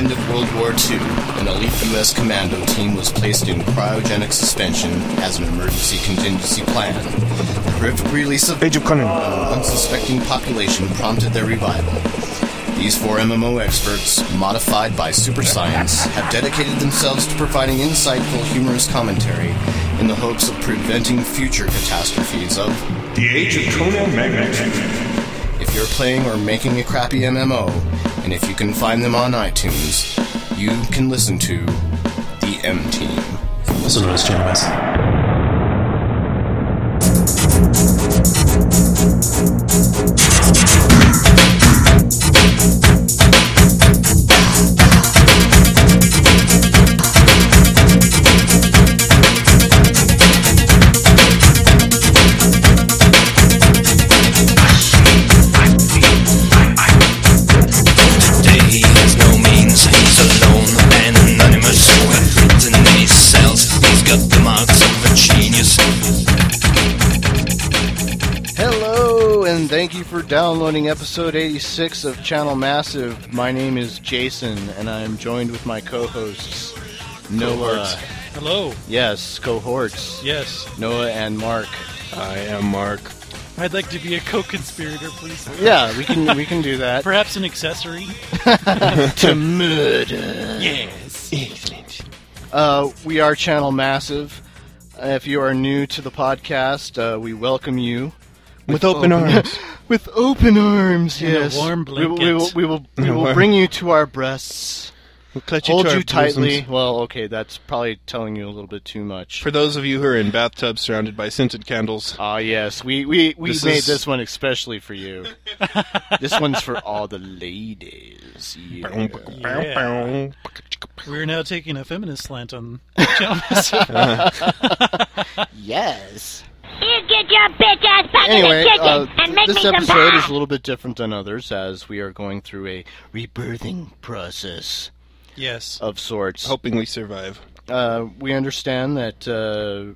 War II, an elite U.S. commando team was placed in cryogenic suspension as an emergency contingency plan. The horrific release of Age of Conan. an unsuspecting population prompted their revival. These four MMO experts, modified by super science, have dedicated themselves to providing insightful, humorous commentary in the hopes of preventing future catastrophes of The Age of Conan Magnus. if you're playing or making a crappy MMO, and if you can find them on iTunes, you can listen to the M Team. Also known as JMS. Today he has no means, he's alone and anonymous. Written in his cells, he's got the marks of a genius. Hello, and thank you for downloading episode 86 of Channel Massive. My name is Jason, and I am joined with my co hosts, Noah. Hello. Yes, cohorts. Yes. Noah and Mark. I am Mark. I'd like to be a co-conspirator, please. Yeah, we can we can do that. Perhaps an accessory. to murder. Yes. Uh, we are Channel Massive. Uh, if you are new to the podcast, uh, we welcome you With open arms. with open arms. And a yes, warm We will- we will blanket. we will, we And a will warm- bring you to our breasts. We'll clutch Hold to our you tightly. bosoms. Well, okay, that's probably telling you a little bit too much. For those of you who are in bathtubs surrounded by scented candles, Ah, yes, we we, we This made is- this one especially for you. this one's for all the ladies. Yeah. Yeah. We're now taking a feminist slant on Channel Massive. Yes. Here, get your bitch ass back Anyway, in the kitchen uh, and make this me some episode pie. is a little bit different than others as we are going through a rebirthing process yes. of sorts. hoping we survive. Uh, we understand that uh,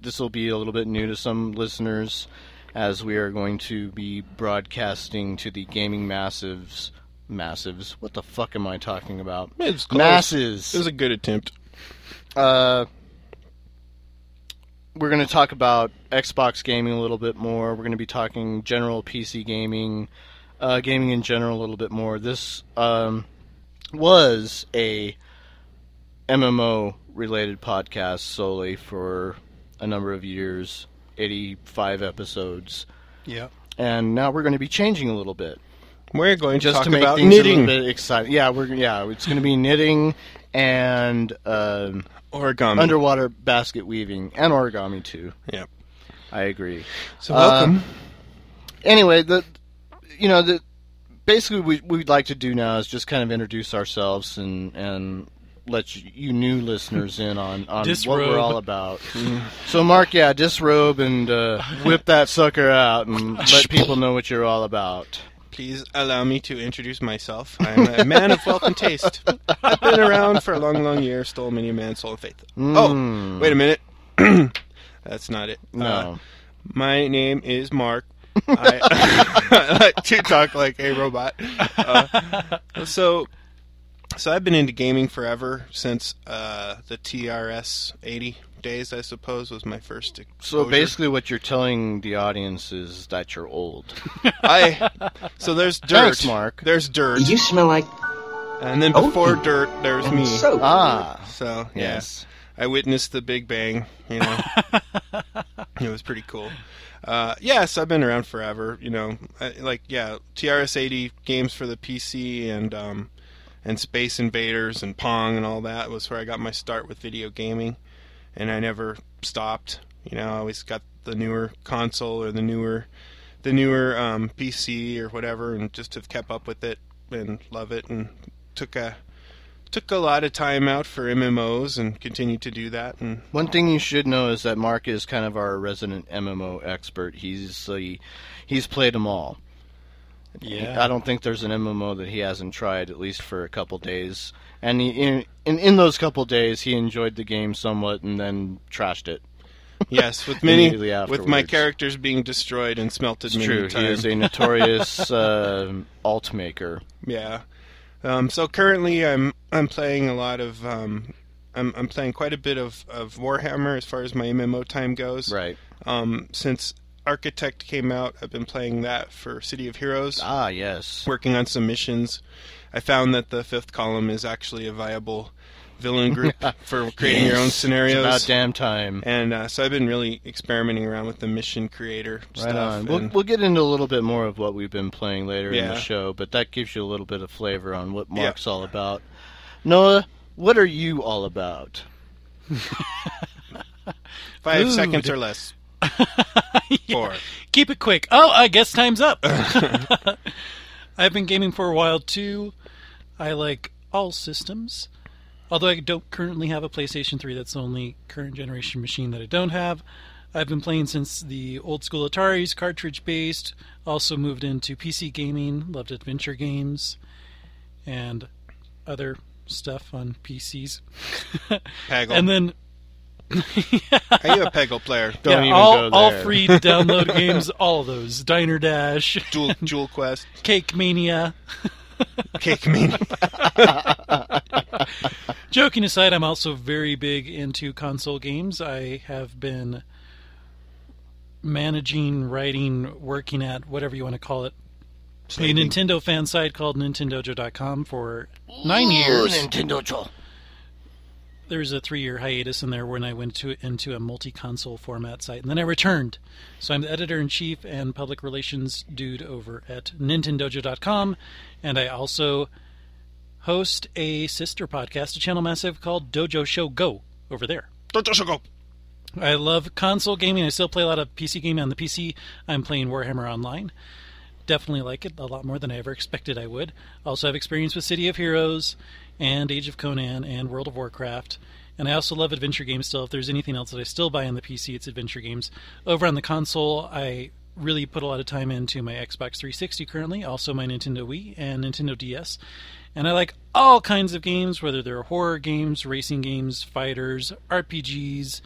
this will be a little bit new to some listeners as we are going to be broadcasting to the gaming massives. Massives. What the fuck am I talking about? It was close. Masses. It was a good attempt. uh, we're going to talk about Xbox gaming a little bit more. We're going to be talking general PC gaming, uh, gaming in general a little bit more. This um, was a MMO related podcast solely for a number of years, 85 episodes. Yeah. And now we're going to be changing a little bit We're going to just talk to make about things a knitting, little bit exciting. Yeah, we're yeah, it's going to be knitting and um, origami. underwater basket weaving and origami too. Yep. I agree. So welcome. Uh, Anyway, the you know the basically we we'd like to do now is just kind of introduce ourselves and and let you, you new listeners in on on what Disrobe. we're all about. so Mark, yeah, disrobe and uh, whip that sucker out and let people know what you're all about. Please allow me to introduce myself. I'm a man of wealth and taste. I've been around for a long, long year, stole many a man's soul and faith. Mm. Oh, wait a minute. That's not it. No. Uh, My name is Mark. I, I like to talk like a robot. Uh, so, so I've been into gaming forever since uh, the TRS 80 days, I suppose, was my first. Exposure. so basically, what you're telling the audience is that you're old. I so there's dirt. Thanks, Mark. There's dirt, You smell like and then before dirt, there's me. So, soap. Ah, yeah. yes. I witnessed the Big Bang. You know, it was pretty cool. Uh, yes, I've been around forever. You know, I, like yeah, TRS eighty games for the PC and um, and Space Invaders and Pong and all that was where I got my start with video gaming, and I never stopped. You know, I always got the newer console or the newer the newer um, PC or whatever, and just have kept up with it and love it, and took a took a lot of time out for MMOs and continued to do that. And One thing you should know is that Mark is kind of our resident MMO expert. He's the, he's played them all. Yeah. I don't think there's an MMO that he hasn't tried at least for a couple days. And he, in, in in those couple days, he enjoyed the game somewhat and then trashed it. yes, with many Immediately with my afterwards. characters being destroyed and smelted It's many true. He times. is a notorious uh, alt um, maker. yeah. Um, so currently, I'm I'm playing a lot of um, I'm I'm playing quite a bit of, of Warhammer as far as my MMO time goes. Right. Um, since Architect came out, I've been playing that for City of Heroes, Ah, yes. working on some missions. I found that the Fifth Column is actually a viable villain group for creating your own It's scenarios. about damn time. and uh, so I've been really experimenting around with the mission creator Right stuff. on. We'll, and- we'll get into a little bit more of what we've been playing later in Yeah. the show, but that gives you a little bit of flavor on what Yeah. Mark's all about. Noah, what are you all about? Five Food. seconds or less. Four. Keep it quick. Oh, I guess time's up. I've been gaming for a while too. I like all systems. Although I don't currently have a PlayStation 3, that's the only current generation machine that I don't have. I've been playing since the old school Atari's cartridge based. Also moved into PC gaming, loved adventure games, and other stuff on PCs. Peggle. and then Are you a Peggle player? Don't yeah, even go all, all there. free download games, all those. Diner Dash, Dual, dual Quest. Cake Mania. Cake mean. Joking aside, I'm also very big into console games. I have been managing, writing, working at whatever you want to call it. A Nintendo fan site called NintendoJo.com for nine years. Nintendo Joe. There was a three-year hiatus in there when I went to into a multi-console format site, and then I returned. So I'm the editor in chief and public relations dude over at NintendoJo.com, and I also host a sister podcast, a channel massive called Dojo Show Go over there. I love console gaming. I still play a lot of PC gaming on the PC. I'm playing Warhammer Online. Definitely like it a lot more than I ever expected I would. Also have experience with City of Heroes and Age of Conan and World of Warcraft. And I also love adventure games still. If there's anything else that I still buy on the PC, it's adventure games. Over on the console, I really put a lot of time into my Xbox 360 currently, also my Nintendo Wii and Nintendo DS. And I like all kinds of games, whether they're horror games, racing games, fighters, RPGs,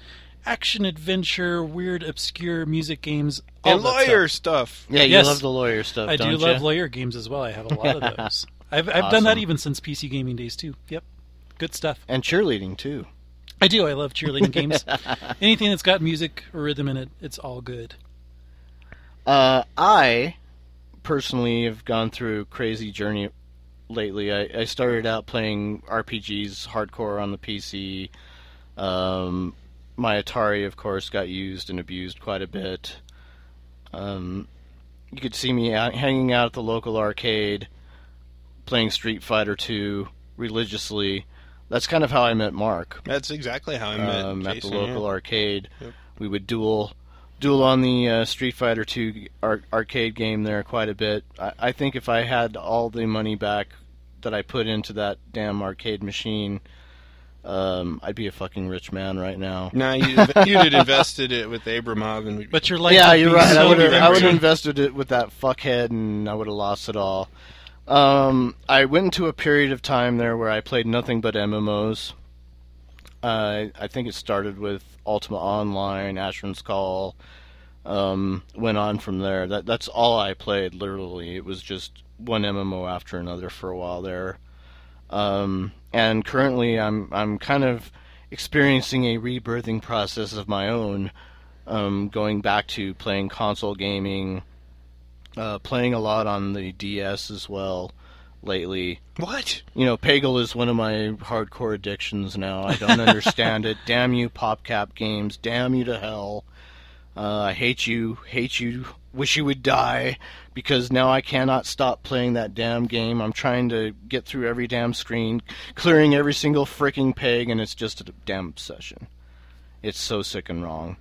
action adventure, weird obscure music games, all And that stuff. lawyer stuff. Yeah, you Yes. love the lawyer stuff, I don't do love ya? lawyer games as well. I have a lot of those. I've I've done that Awesome. even since PC gaming days too. Yep. Good stuff. and cheerleading too. I do. I love cheerleading games. Anything that's got music or rhythm in it, it's all good. Uh, I personally have gone through a crazy journey lately. I, I started out playing RPGs hardcore on the PC. Um, my Atari, of course, got used and abused quite a bit. Um, you could see me out, hanging out at the local arcade, playing Street Fighter Two religiously. That's kind of how I met Mark That's exactly how I met um, at the Jason, local yeah. arcade. We would duel duel on the uh, Street Fighter Two ar- arcade game there quite a bit. I-, I think if I had all the money back that I put into that damn arcade machine, um, I'd be a fucking rich man right now. Nah, you you'd have invested it with Abramov and But your life yeah, would you're be right. I so would have I would different. have invested it with that fuckhead, and I would have lost it all. Um, I went into a period of time there where I played nothing but MMOs. Uh, I think it started with Ultima Online, Ashram's Call. Um, went on from there. That that's all I played. Literally, it was just one MMO after another for a while there. Um, and currently, I'm I'm kind of experiencing a rebirthing process of my own um, going back to playing console gaming, uh, playing a lot on the DS as well lately. what? You know, Peggle is one of my hardcore addictions now. I don't understand it. Damn you, PopCap games. Damn you to hell. Uh, I hate you. Hate you. Wish you would die because now I cannot stop playing that damn game. I'm trying to get through every damn screen, clearing every single freaking peg, and it's just a damn obsession. It's so sick and wrong.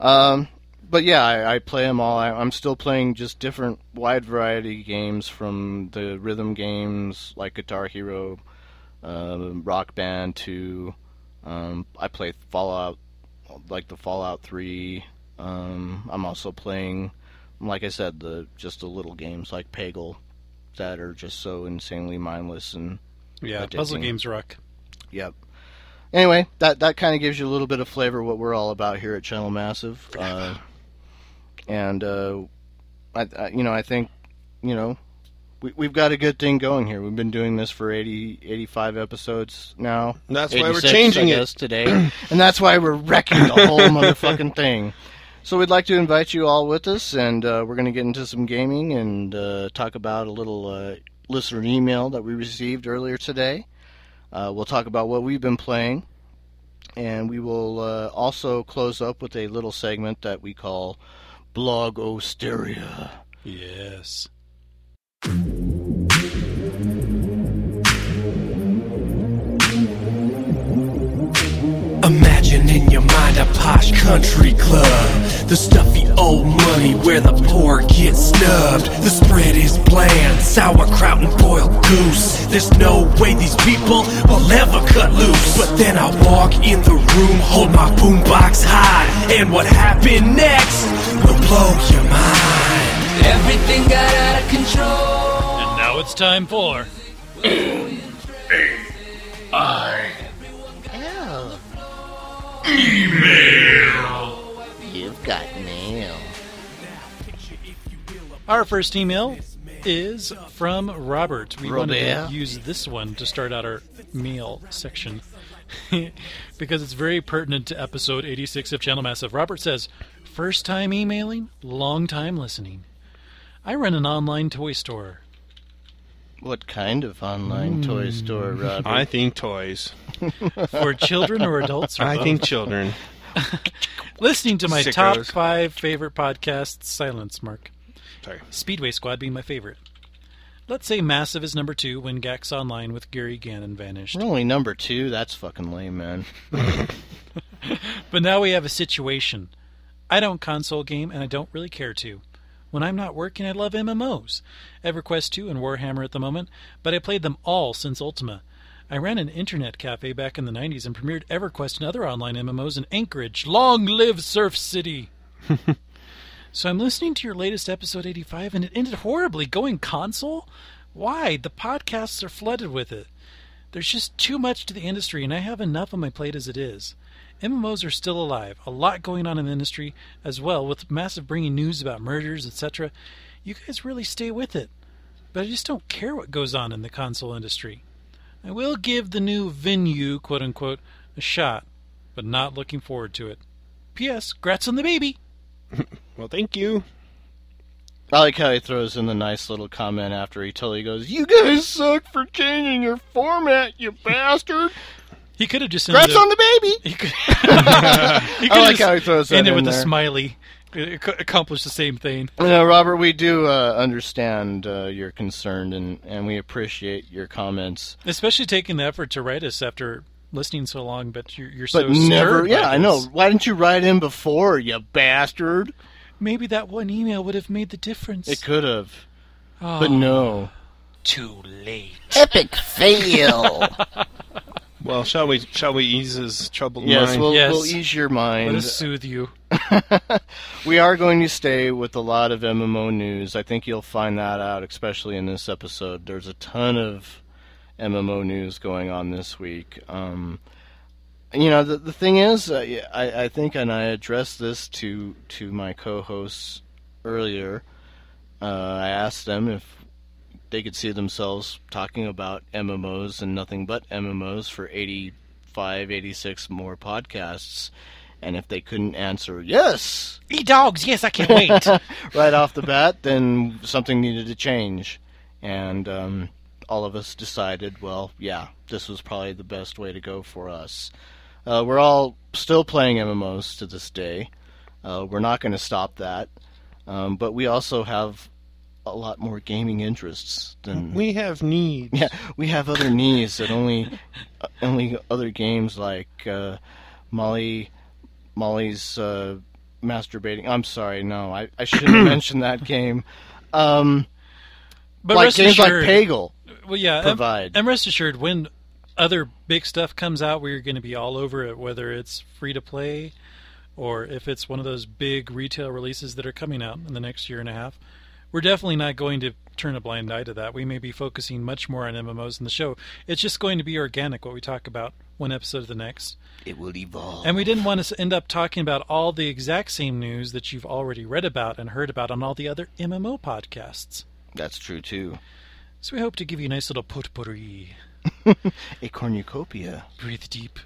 Um, but yeah, I, I play them all. I, I'm still playing just different wide variety games from the rhythm games like Guitar Hero, um, Rock Band to um, I play Fallout, like the Fallout Three. Um, I'm also playing, like I said, the just the little games like Peggle that are just so insanely mindless and Yeah, addicting. puzzle games rock. Yep. Anyway, that that kind of gives you a little bit of flavor of what we're all about here at Channel Massive. Uh, and uh, I, I, you know, I think, you know, we, we've got a good thing going here. We've been doing this for 80, 85 episodes now. That's why we're 86, changing I it. guess, today, and that's why we're wrecking the whole motherfucking thing. So we'd like to invite you all with us, and uh, we're going to get into some gaming and uh, talk about a little uh, listener email that we received earlier today. Uh, we'll talk about what we've been playing, and we will uh, also close up with a little segment that we call Blog Osteria. Yes. Imagine in your mind a posh country club. The stuffy old money where the poor get snubbed. The spread is bland, sauerkraut and boiled goose. There's no way these people will ever cut loose. But then I walk in the room, hold my boombox high. And what happened next will blow your mind. Everything got out of control. And now it's time for You've got mail. our first email is from Robert. We wanted Robert. to use this one to start out our meal section because it's very pertinent to episode 86 of Channel Massive. Robert says, First time emailing, long time listening. I run an online toy store. What kind of online toy store, Rob? I think toys. for children or adults. Or I both. think children. listening to my top Sickos. five favorite podcasts. Silence, Mark. Sorry. Speedway Squad being my favorite. Let's say Massive is number two when Gax Online with Gary Gannon vanished. We're only number two. That's fucking lame, man. But now we have a situation. I don't console game and I don't really care to. When I'm not working, I love MMOs. EverQuest 2 and Warhammer at the moment, but I played them all since Ultima. I ran an internet cafe back in the 90s and premiered EverQuest and other online MMOs in Anchorage. Long live Surf City! so I'm listening to your latest episode 85 and it ended horribly going console? Why? The podcasts are flooded with it. There's just too much to the industry, and I have enough on my plate as it is. MMOs are still alive. A lot going on in the industry as well, with massive bringing news about mergers, etc. You guys really stay with it, but I just don't care what goes on in the console industry. I will give the new venue, quote unquote, a shot, but not looking forward to it. P.S. Grats on the baby. Well, thank you. I like how he throws in the nice little comment after he totally goes, "You guys suck for changing your format, you bastard." He could have just ended Grabs it- on the baby. He could, he could like just how he throws that ended in with a there. smiley. It ac- accomplished the same thing. You know, Robert, we do uh, understand uh, your concern and and we appreciate your comments, Especially taking the effort to write us after listening so long, but you're, you're but so never. stirred by Yeah, I this. know. Why didn't you write in before, you bastard? Maybe that one email would have made the difference. It could have, Oh, but no. Too late. Epic fail. Well, shall we? Shall we ease his troubled yes, mind? we'll, Yes. we'll ease your mind. Let us soothe you. we are going to stay with a lot of MMO news. I think you'll find that out, especially in this episode. There's a ton of MMO news going on this week. Um, you know, the, the thing is, uh, yeah, I, I think, and I addressed this to to my co-hosts earlier. Uh, I asked them if they could see themselves talking about MMOs and nothing but MMOs for 85, 86 more podcasts. And if they couldn't answer yes, E dogs, yes, I can't wait. right off the bat, then something needed to change. And um, all of us decided, well, yeah, this was probably the best way to go for us. Uh, we're all still playing MMOs to this day. Uh, we're not going to stop that. Um, but we also have a lot more gaming interests than We have needs. yeah, we have other knees that only uh, only other games like uh, Molly Molly's uh, masturbating. I'm sorry, no, I, I shouldn't mention that game. Um, But like rest games assured, like Pagel. well, yeah, and- provide. and rest assured, when other big stuff comes out, we're going to be all over it, whether it's free to play or if it's one of those big retail releases that are coming out in the next year and a half. We're definitely not going to turn a blind eye to that. We may be focusing much more on MMOs in the show. It's just going to be organic what we talk about one episode to the next. It will evolve. And we didn't want to s- end up talking about all the exact same news that you've already read about and heard about on all the other MMO podcasts. That's true too. So we hope to give you a nice little potpourri. A cornucopia. Breathe deep.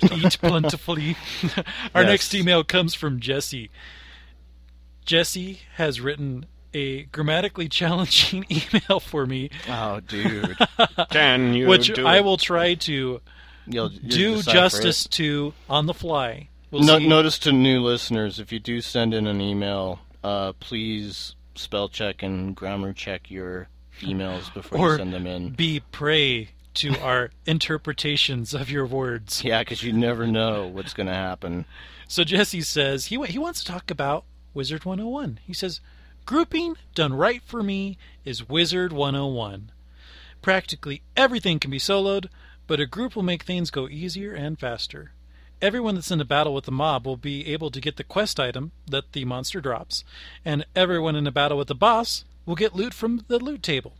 Eat plentifully. Our Yes. next email comes from Jesse. Jesse has written a grammatically challenging email for me, Oh, dude. Can you which do I it? will try to You'll, you'll do decipher it. justice to on the fly. We'll No, see. notice to new listeners, if you do send in an email, uh, please spell check and grammar check your emails before Or you send them in. be prey to our interpretations of your words. Yeah, because you never know what's going to happen. So Jesse says he wa- he wants to talk about Wizard 101. He says grouping done right for me is Wizard 101. Practically everything can be soloed, but a group will make things go easier and faster. Everyone that's in a battle with the mob will be able to get the quest item that the monster drops, and everyone in a battle with the boss will get loot from the loot table.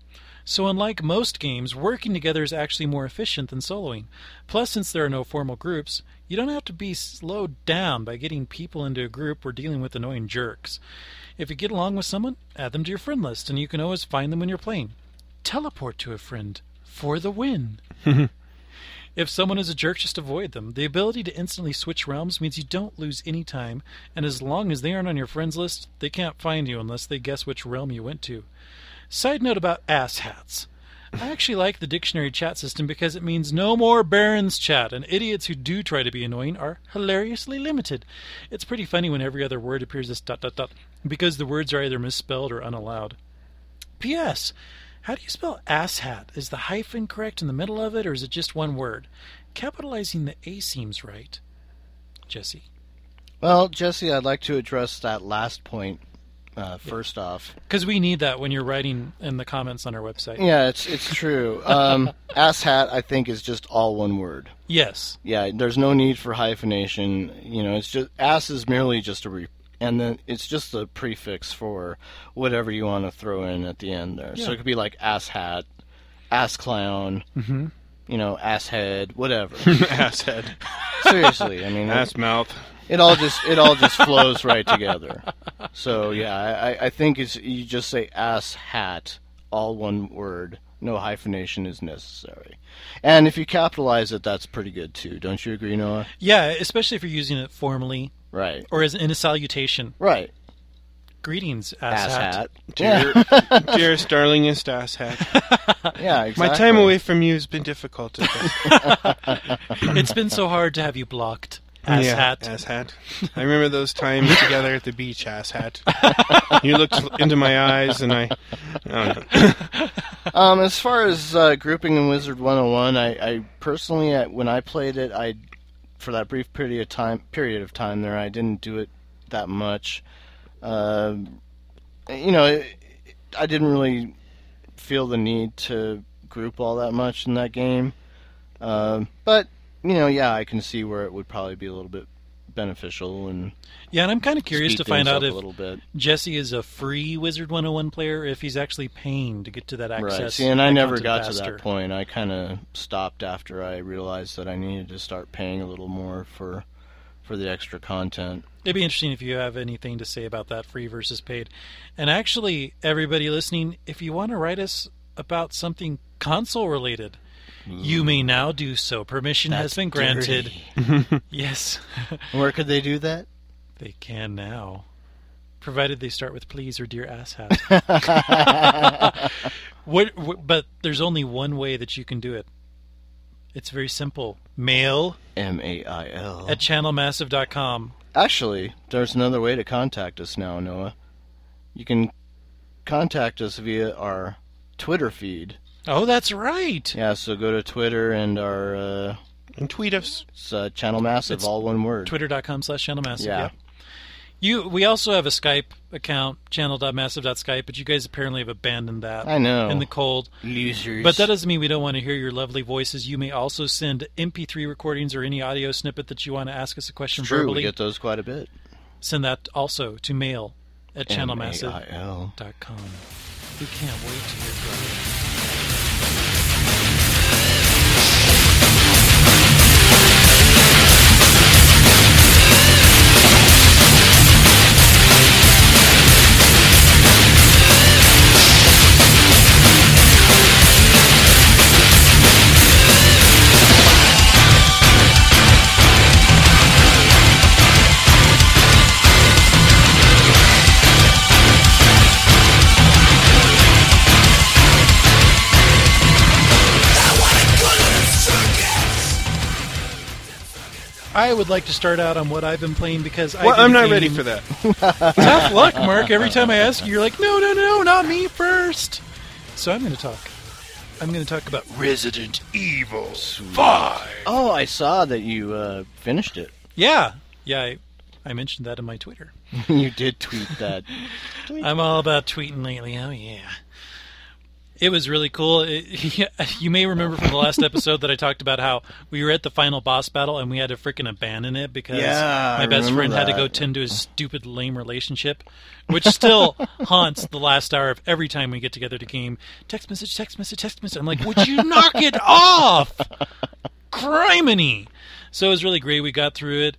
So, unlike most games, working together is actually more efficient than soloing. Plus, since there are no formal groups, you don't have to be slowed down by getting people into a group or dealing with annoying jerks. If you get along with someone, add them to your friend list, and you can always find them when you're playing. Teleport to a friend for the win. If someone is a jerk, just avoid them. The ability to instantly switch realms means you don't lose any time, and as long as they aren't on your friends list, they can't find you unless they guess which realm you went to. Side note about ass hats. I actually like the dictionary chat system because it means no more barons chat, and idiots who do try to be annoying are hilariously limited. It's pretty funny when every other word appears as dot dot dot because the words are either misspelled or unallowed. P.S. How do you spell asshat? Is the hyphen correct in the middle of it, or is it just one word? Capitalizing the A seems right. Jesse. Well, Jesse, I'd like to address that last point uh, first off. Because we need that when you're writing in the comments on our website. Yeah, it's it's true. Um, asshat, I think, is just all one word. Yes. Yeah, there's no need for hyphenation. You know, it's just ass is merely just a re, and then it's just a prefix for whatever you want to throw in at the end there. So it could be like ass hat, ass clown, mm-hmm. you know, ass head, whatever. ass head, Seriously, I mean, ass mouth? it all just it all just flows right together. So yeah, I, I- I think it's you just say ass hat, all one word. No hyphenation is necessary. And if you capitalize it, that's pretty good too. Don't you agree, Noah? Yeah, especially if you're using it formally Right. or as in a salutation. Right. Greetings, Ass asshat. hat. Dear, dear starlingest ass hat. Yeah, exactly. My time away from you has been difficult. At best. it's been so hard to have you blocked, asshat. Yeah, Ass hat. I remember those times together at the beach, ass hat. You looked into my eyes and I. I don't know. Um, as far as uh, grouping in Wizard 101, I, I personally, I, when I played it, I for that brief period of time period of time there, I didn't do it that much. Uh, you know, it, I didn't really feel the need to group all that much in that game. Um but you know, yeah, I can see where it would probably be a little bit beneficial and Yeah, and I'm kind of curious speed to find things out up if a little bit. Jesse is a free Wizard 101 player, if he's actually paying to get to that access. Right. See, and I never content got to faster. that point. I kind of stopped after I realized that I needed to start paying a little more for for the extra content. It'd be interesting if you have anything to say about that free versus paid. And actually, everybody listening, if you want to write us about something console related, Mm. you may now do so. Permission has been granted. yes, Where could they do that? they can now. Provided they start with please or dear asshat. what, what, but there's only one way that you can do it. It's very simple. Mail M A I L. at channelmassive.com. Actually, there's another way to contact us now, Noah. You can contact us via our Twitter feed. Oh, that's right. Yeah, so go to Twitter and our uh, And tweet us. it's, uh, channel massive, It's all one word. twitter.com slash channel massive yeah. Yeah. you we also have a skype account channel.massive.skype but you guys apparently have abandoned that I know. in the cold Losers. but that doesn't mean we don't want to hear your lovely voices you may also send mp3 recordings or any audio snippet that you want to ask us a question true. verbally We get those quite a bit. send that also to mail at channelmassive.com M-A-I-L. we can't wait to hear from you I would like to start out on what I've been playing because I Well, did I'm a not game- ready for that. Tough luck, Mark. Every time I ask you, you're like, no, no, no, not me first. So I'm going to talk. I'm going to talk about Resident Evil. Oh, I saw that you uh, finished it. Yeah, yeah. I, I mentioned that in my Twitter. you did tweet that. I'm all about tweeting lately. Oh yeah, it was really cool. It- you may remember from the last episode that I talked about how we were at the final boss battle and we had to freaking abandon it because Yeah, I my best remember friend had to that. go tend to his stupid lame relationship, which still haunts the last hour of every time we get together to game. Text message, text message, text message. I'm like, would you knock it off? Criminy. So it was really great. We got through it.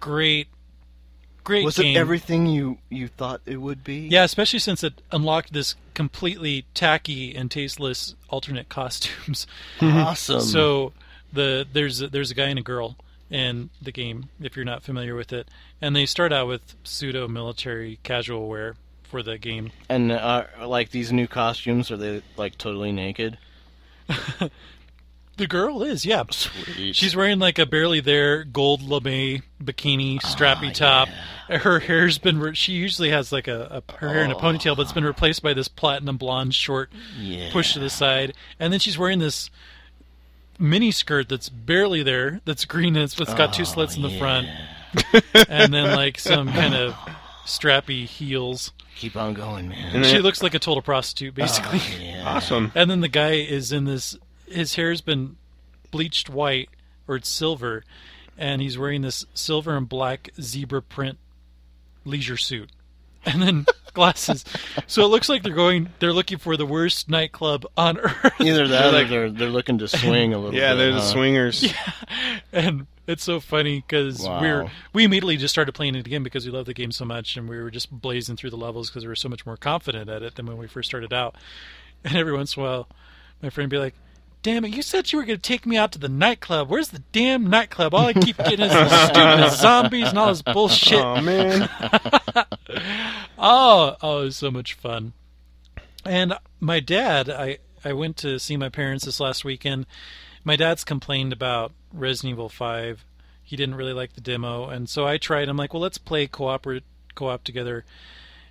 Great. Great Was game. it everything you you thought it would be? Yeah, especially since it unlocked this completely tacky and tasteless alternate costumes. Awesome. So the there's a, there's a guy and a girl in the game if you're not familiar with it, and they start out with pseudo military casual wear for the game. and uh, like these new costumes, are they like totally naked? The girl is yeah. Sweet. She's wearing like a barely there gold lame bikini, Ah, strappy top. Her hair's been. Re- she usually has like a, a her hair Oh. in a ponytail, but it's been replaced by this platinum blonde short yeah. pushed to the side, and then she's wearing this mini skirt that's barely there, that's green and it's, it's got two slits in the Oh, front, and then like some kind of strappy heels. Keep on going, man. And She then- looks like a total prostitute, basically. awesome. And then the guy is in this. His hair's been bleached white or it's silver, and he's wearing this silver and black zebra print leisure suit, and then glasses. so it looks like they're going. They're looking for the worst nightclub on earth. Either that, or they're they're looking to swing a little. Yeah, bit, they're the huh? swingers. and it's so funny because Wow. we are we immediately just started playing it again because we love the game so much and we were just blazing through the levels because we were so much more confident at it than when we first started out and every once in a while my friend would be like damn it you said you were going to take me out to the nightclub where's the damn nightclub all i keep getting is the stupid zombies and all this bullshit Oh man, Oh, oh, it was so much fun. And my dad, I I went to see my parents this last weekend. My dad's complained about Resident Evil Five. He didn't really like the demo, and so I tried. I'm like, well, let's play co-op co-op together.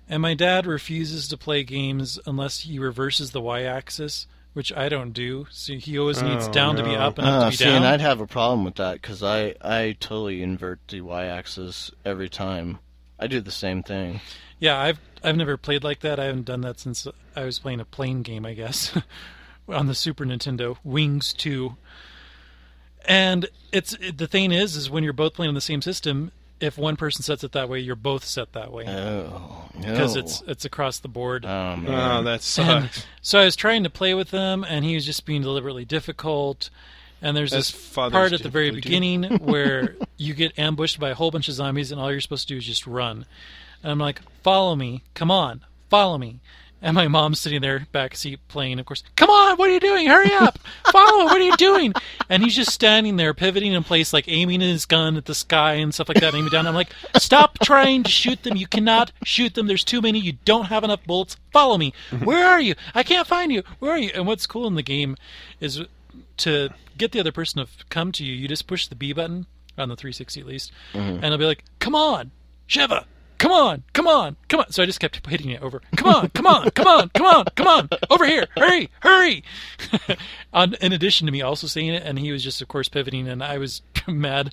And my dad refuses to play games unless he reverses the y-axis, which I don't do. So he always needs down to be up and up Uh, to be see, down. and I'd have a problem with that because I I totally invert the y-axis every time. I do the same thing. Yeah, I've I've never played like that. I haven't done that since I was playing a plane game, I guess, on the Super Nintendo, Wings 2. And it's it, the thing is is when you're both playing on the same system, if one person sets it that way, you're both set that way Oh no, because it's it's across the board. Oh, man. oh that sucks. so I was trying to play with him, and he was just being deliberately difficult. And there's As this fathers part at the very typically do. beginning where you get ambushed by a whole bunch of zombies, and all you're supposed to do is just run. And I'm like, "Follow me, come on, follow me." And my mom's sitting there backseat playing, of course. Come on, what are you doing? Hurry up! Follow! What are you doing? And he's just standing there, pivoting in place, like aiming his gun at the sky and stuff like that, aiming down. I'm like, stop trying to shoot them. You cannot shoot them. There's too many. You don't have enough bullets. Follow me. Where are you? I can't find you. Where are you? And what's cool in the game is to get the other person to f- come to you, you just push the B button on the 360 at least, and it'll be like, "Come on, Sheva, come on, come on, come on." So I just kept hitting it over. Come on, come on, come on, come on, come on, over here, hurry, hurry. on, in addition to me also saying it, and he was just, of course, pivoting, and I was mad.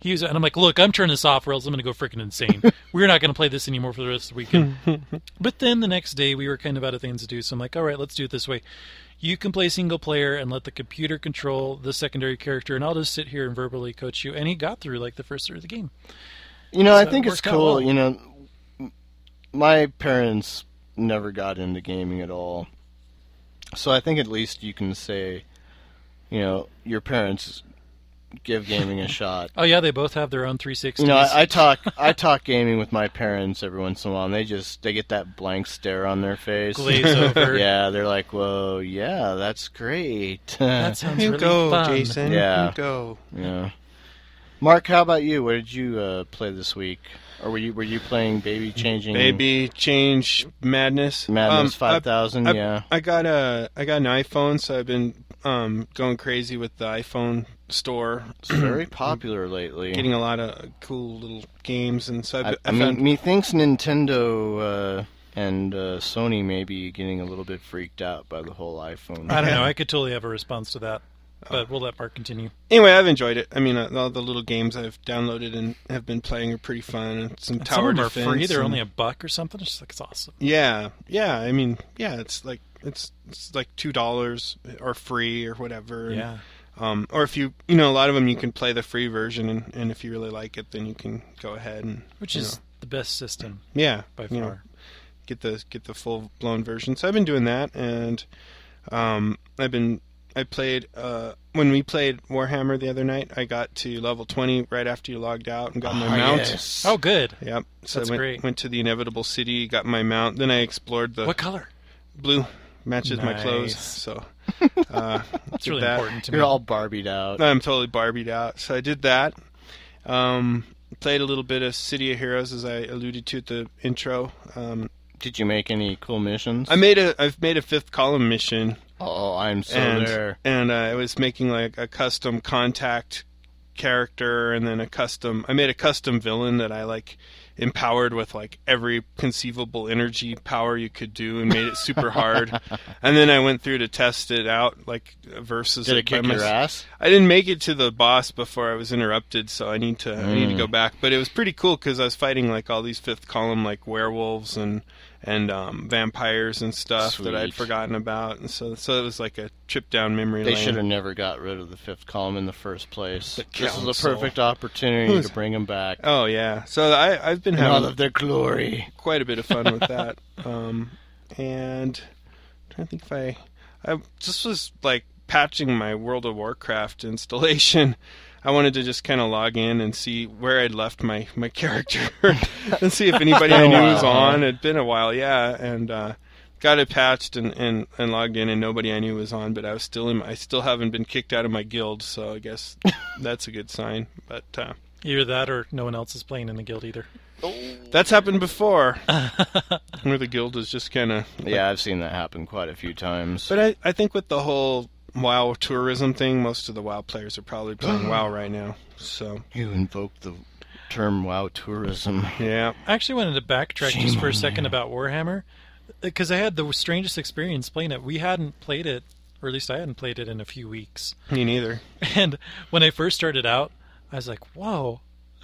He was, and I'm like, "Look, I'm turning this off, or else I'm going to go freaking insane. We're not going to play this anymore for the rest of the weekend." But then the next day, we were kind of out of things to do, so I'm like, all right, let's do it this way. You can play single player and let the computer control the secondary character, and I'll just sit here and verbally coach you. And he got through like the first third of the game. You know, I So it think it's worked out cool. well. You know, my parents never got into gaming at all, so I think at least you can say, you know, your parents give gaming a shot. Oh yeah, they both have their own 360s. You know, I, I talk I talk gaming with my parents every once in a while, and they just they get that blank stare on their face. glaze over. yeah, they're like, "Whoa, yeah, that's great." That sounds you really go, fun. Jason. Yeah. You go. Yeah. Mark, how about you? What did you uh, play this week? Or were you were you playing Baby Changing Baby change madness. Mm. Madness Um, I- Five Thousand? I, Yeah. I got a I got an iPhone, so I've been um, going crazy with the iPhone store. It's very popular lately. Getting a lot of cool little games and so I, I've, I I've mean, found- methinks Nintendo uh, and uh, Sony may be getting a little bit freaked out by the whole iPhone. I don't know. I could totally have a response to that, but we'll let Mark continue. anyway, I've enjoyed it. I mean, uh, all the little games I've downloaded and have been playing are pretty fun. And some And some tower of them are defense. free. They're and- only a buck or something. It's just like it's awesome. Yeah, yeah. I mean, yeah. It's like it's it's like two dollars or free or whatever. and, Yeah. Um, or if you you know a lot of them you can play the free version and, and if you really like it then you can go ahead and Which you is know, the best system yeah by you know, far. get the get the full blown version. So I've been doing that, and um, I've been I played uh, when we played Warhammer the other night. I got to level twenty right after you logged out and got my mount. yes. Oh, good. Yep. So That's I went, great. went to the inevitable city, got my mount. Then I explored the What color? blue matches my clothes. Nice. So uh, That's really that. important to me. You're all barbied out. I'm totally barbied out. So I did that. Um, played a little bit of City of Heroes as I alluded to at the intro. Um, Did you make any cool missions? I made a I've made a fifth column mission oh, I'm so and there. and uh, I was making like a custom contact character and then a custom I made a custom villain that I like empowered with like every conceivable energy power you could do and made it super hard and then I went through to test it out like versus Did it by kick your mys- ass? I didn't make it to the boss before I was interrupted so I need to I Hmm. need to go back but it was pretty cool cuz I was fighting like all these fifth column like werewolves and and um, vampires and stuff that I'd Sweet. forgotten about and so so it was like a trip down memory They lane should have never got rid of the fifth column in the first place. This is a council. perfect opportunity to bring them back. Oh yeah, so I I've been In all having of their glory. quite a bit of fun with that, um, and i trying to think if I I just was like patching my World of Warcraft installation. I wanted to just kind of log in and see where I'd left my my character and see if anybody I Been a knew was while, huh? on. It'd been a while, yeah, and uh, got it patched and, and, and logged in, and nobody I knew was on. But I was still in. I still haven't been kicked out of my guild, so I guess that's a good sign. But uh, Either that or no one else is playing in the guild either. That's happened before. where the guild is just kind of. Yeah, I've seen that happen quite a few times. But I, I think with the whole WoW tourism thing, most of the WoW players are probably playing WoW right now. So, you invoked the term "wow tourism." yeah. I actually wanted to backtrack just for a second about Warhammer because I had the strangest experience playing it. We hadn't played it, or at least I hadn't played it in a few weeks. Me neither. And when I first started out, I was like, "Whoa!"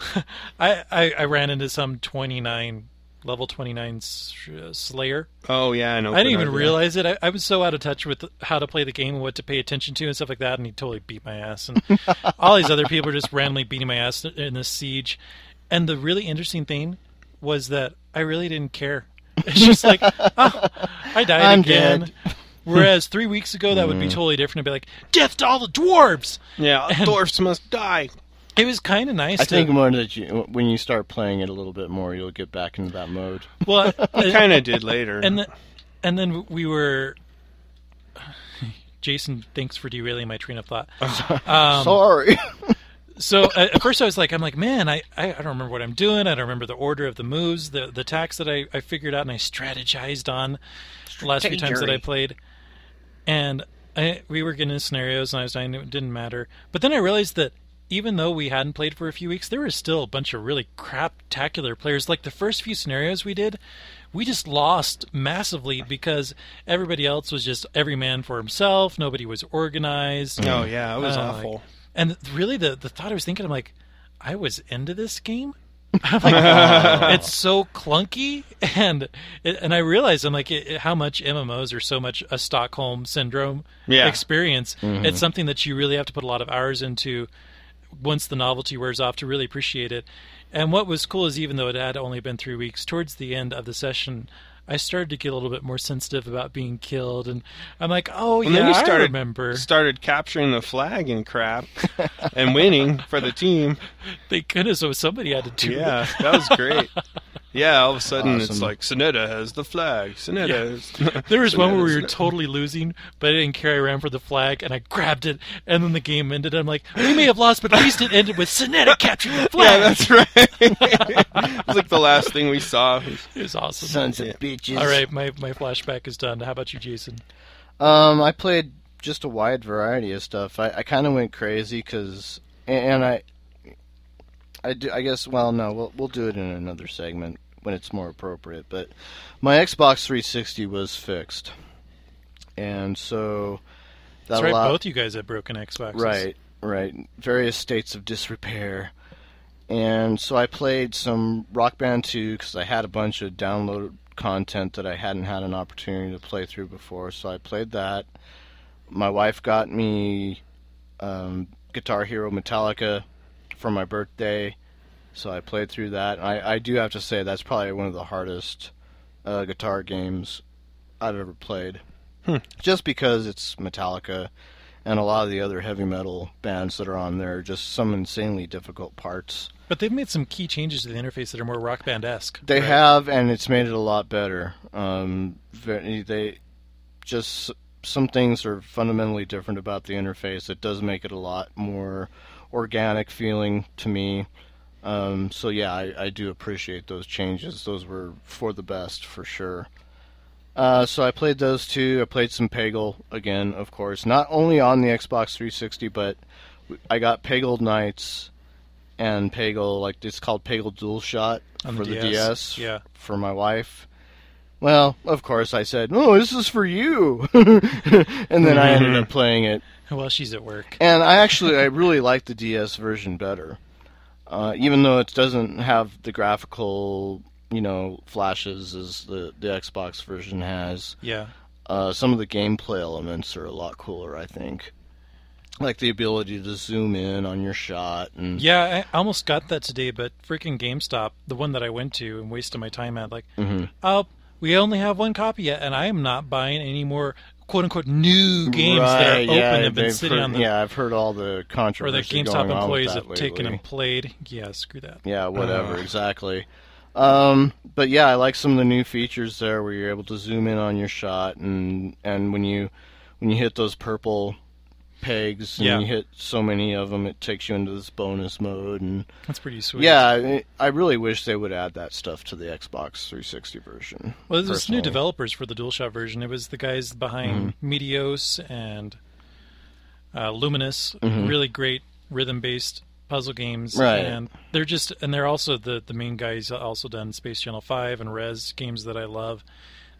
I, I I ran into some twenty nine level twenty nine s- uh, Slayer. Oh, yeah, I know. I didn't even realize it. I, I was so out of touch with how to play the game, and what to pay attention to, and stuff like that. And he totally beat my ass. And all these other people were just randomly beating my ass in this siege. And the really interesting thing was that I really didn't care. It's just like, oh, I died I'm again. dead. Mm. Whereas three weeks ago, that would be totally different. I'd be like, death to all the dwarves. Yeah, dwarfs must die. It was kind of nice. I to, think more that you, when you start playing it a little bit more, you'll get back into that mode. well, Kind of did later. and the, and then we were. Jason, thanks for derailing my train of thought. Um, Sorry. So uh, at first I was like, I'm like, man, I, I I don't remember what I'm doing. I don't remember the order of the moves, the the attacks that I, I figured out and I strategized on the last few times that I played. And I, we were getting into scenarios and I was dying, it didn't matter. But then I realized that even though we hadn't played for a few weeks, there was still a bunch of really craptacular players. Like the first few scenarios we did, we just lost massively because everybody else was just every man for himself. Nobody was organized. oh, yeah, it was Uh, awful. like- and th- really, the the thought I was thinking, I'm like, I was into this game. I'm like, "Oh, it's so clunky, and and I realized I'm like, it, how much MMOs are so much a Stockholm syndrome Yeah. Mm-hmm. experience. It's something that you really have to put a lot of hours into once the novelty wears off to really appreciate it. And what was cool is even though it had only been three weeks, towards the end of the session. I started to get a little bit more sensitive about being killed, and I'm like, "Oh and yeah, then you started, I remember." started capturing the flag and crap and winning for the team. Thank goodness, so somebody had to do it. Yeah, that was great. Yeah, all of a sudden it's Awesome. like Sonetta has the flag. Sonetta has... There was one where we Soneta's were totally losing, but I didn't carry around for the flag, and I grabbed it, and then the game ended. I'm like, we may have lost, but at least it ended with Sonetta capturing the Yeah, flag. that's right. it's like the last thing we saw. it was awesome. Sons of bitches. All right, my, my flashback is done. How about you, Jason? Um, I played just a wide variety of stuff. I, I kind of went crazy because, and, and I, I do. I guess. Well, no, we'll we'll do it in another segment when it's more appropriate. But my Xbox 360 was fixed, and so that That's right. allow- Both you guys have broken Xboxes. Right, right. Various states of disrepair. And so I played some Rock Band 2 because I had a bunch of downloaded content that I hadn't had an opportunity to play through before. So I played that. My wife got me um, Guitar Hero Metallica for my birthday. So I played through that. And I, I do have to say that's probably one of the hardest uh, guitar games I've ever played. Just because it's Metallica and a lot of the other heavy metal bands that are on there are just some insanely difficult parts. But they've made some key changes to the interface that are more rock band esque. They have, and it's made it a lot better. Um, ve- they just some things are fundamentally different about the interface. It does make it a lot more organic feeling to me. Um, so yeah, I, I do appreciate those changes. Those were for the best for sure. Uh, so I played those two. I played some Peggle again, of course, not only on the Xbox 360, but I got Peggle Knights and Peggle like it's called Peggle Dual Shot On the for the DS, DS, yeah. for my wife. Well, of course, I said, "Oh, this is for you," and then I ended up playing it. Well, she's at work. And I actually, I really like the DS version better, uh, even though it doesn't have the graphical, you know, flashes as the the Xbox version has Yeah. uh, some of the gameplay elements are a lot cooler, I think. Like the ability to zoom in on your shot and Yeah, I almost got that today, but freaking GameStop, the one that I went to and wasted my time at, like, Mm-hmm. oh, we only have one copy yet, and I am not buying any more quote unquote new games that are Right, open yeah, and have been they've sitting heard- on the Yeah, I've heard all the or controversy the GameStop going on with employees that have taken lately. and played. Yeah, screw that. Yeah, whatever, exactly. Um, but yeah, I like some of the new features there, where you're able to zoom in on your shot, and and when you when you hit those purple pegs, and Yeah. you hit so many of them, it takes you into this bonus mode, and That's pretty sweet. yeah, I, I really wish they would add that stuff to the Xbox 360 version. Well, there's new personally. Mm-hmm. developers for the DualShock version. It was the guys behind Medios and uh, Luminous, really great rhythm-based puzzle games. Mm-hmm. Right. And they're just, and they're also the the main guys. Also done Space Channel Five and Res games that I love.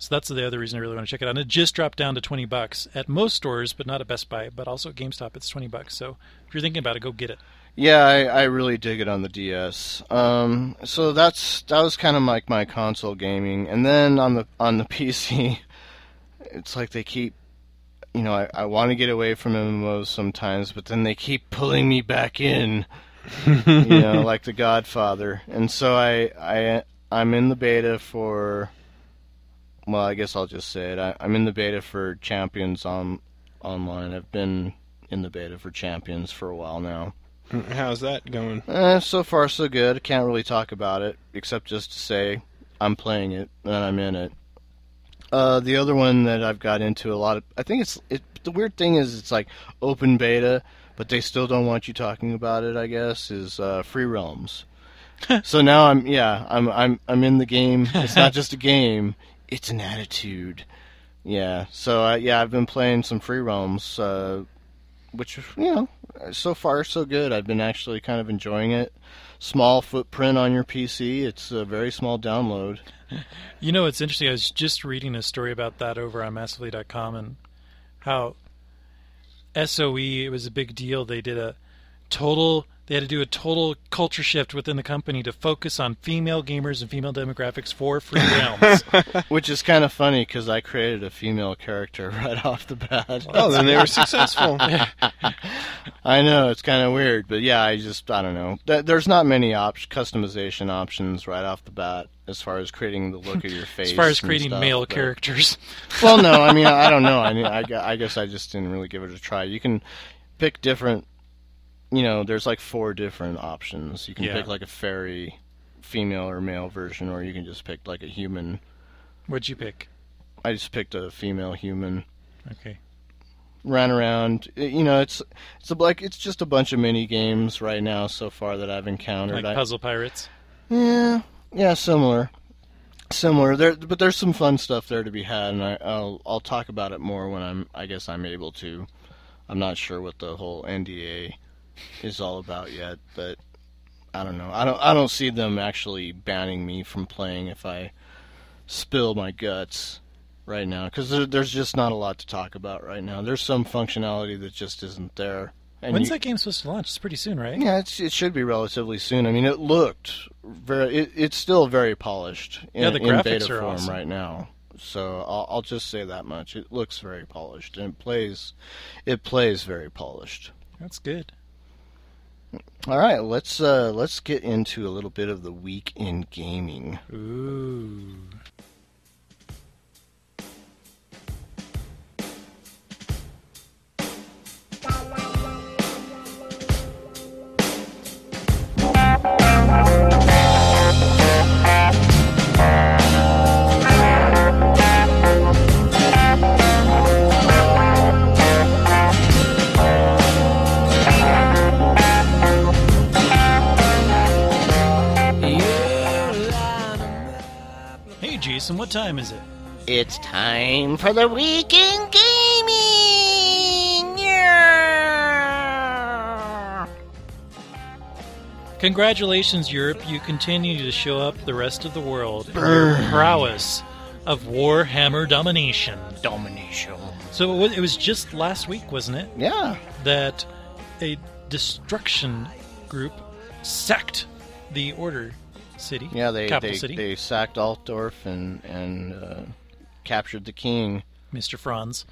So that's the other reason I really want to check it out. And it just dropped down to twenty bucks at most stores, but not at Best Buy, but also at GameStop. It's twenty bucks. So if you're thinking about it, go get it. Yeah, I, I really dig it on the DS. Um, so that's that was kind of like my console gaming, and then on the on the PC, it's like they keep, you know, I, I want to get away from MMOs sometimes, but then they keep pulling me back in, you know, uh, like The Godfather. And so I I I'm in the beta for, well, I guess I'll just say it. I, I'm in the beta for Champions on online. I've been in the beta for Champions for a while now. How's that going? Uh, so far, so good. Can't really talk about it, except just to say I'm playing it and I'm in it. Uh, the other one that I've got into a lot of, I think it's it. The weird thing is, it's like open beta, but they still don't want you talking about it. I guess is uh, Free Realms. so now I'm, yeah, I'm, I'm, I'm in the game. It's not just a game; it's an attitude. Yeah. So uh, yeah, I've been playing some Free Realms. Uh, which you know so far so good i've been actually kind of enjoying it small footprint on your pc it's a very small download You know, it's interesting. I was just reading a story about that over on massively.com and how SOE, it was a big deal. They did a total, they had to do a total culture shift within the company to focus on female gamers and female demographics for free realms. which is kind of funny because i created a female character right off the bat Oh, then they were successful. i know it's kind of weird but yeah i just i don't know Th- there's not many op- customization options right off the bat as far as creating the look of your face as far as and creating stuff, male but- characters. well no i mean i don't know i mean I, gu- I guess i just didn't really give it a try you can pick different you know there's like four different options you can Yeah. pick like a fairy female or male version or you can just pick like a human What'd you pick? i just picked a female human Okay. ran around It- you know it's it's a, like it's just a bunch of mini games right now so far that i've encountered Like I- Puzzle Pirates. yeah yeah similar similar there but there's some fun stuff there to be had and I, I'll I'll talk about it more when I'm I guess I'm able to I'm not sure what the whole NDA is all about yet but I don't know I don't I don't see them actually banning me from playing if I spill my guts right now cuz there, there's just not a lot to talk about right now there's some functionality that just isn't there and When's you- that game supposed to launch? It's pretty soon, right? yeah, it's, it should be relatively soon. I mean, it looked very. It, it's still very polished in, Yeah, the in graphics beta are form awesome. right now. So I'll, I'll just say that much. It looks very polished and it plays. It plays very polished. That's good. All right, let's uh, let's get into a little bit of the week in gaming. Ooh. Hey, Jason, what time is it? It's time for the week in gaming. Congratulations, Europe. You continue to show up the rest of the world in your prowess of Warhammer domination. Domination. So it was, it was just last week, wasn't it, Yeah. that a destruction group sacked the Order City, Yeah, they capital they, city, they sacked Altdorf and and uh, captured the king. Mr. Franz.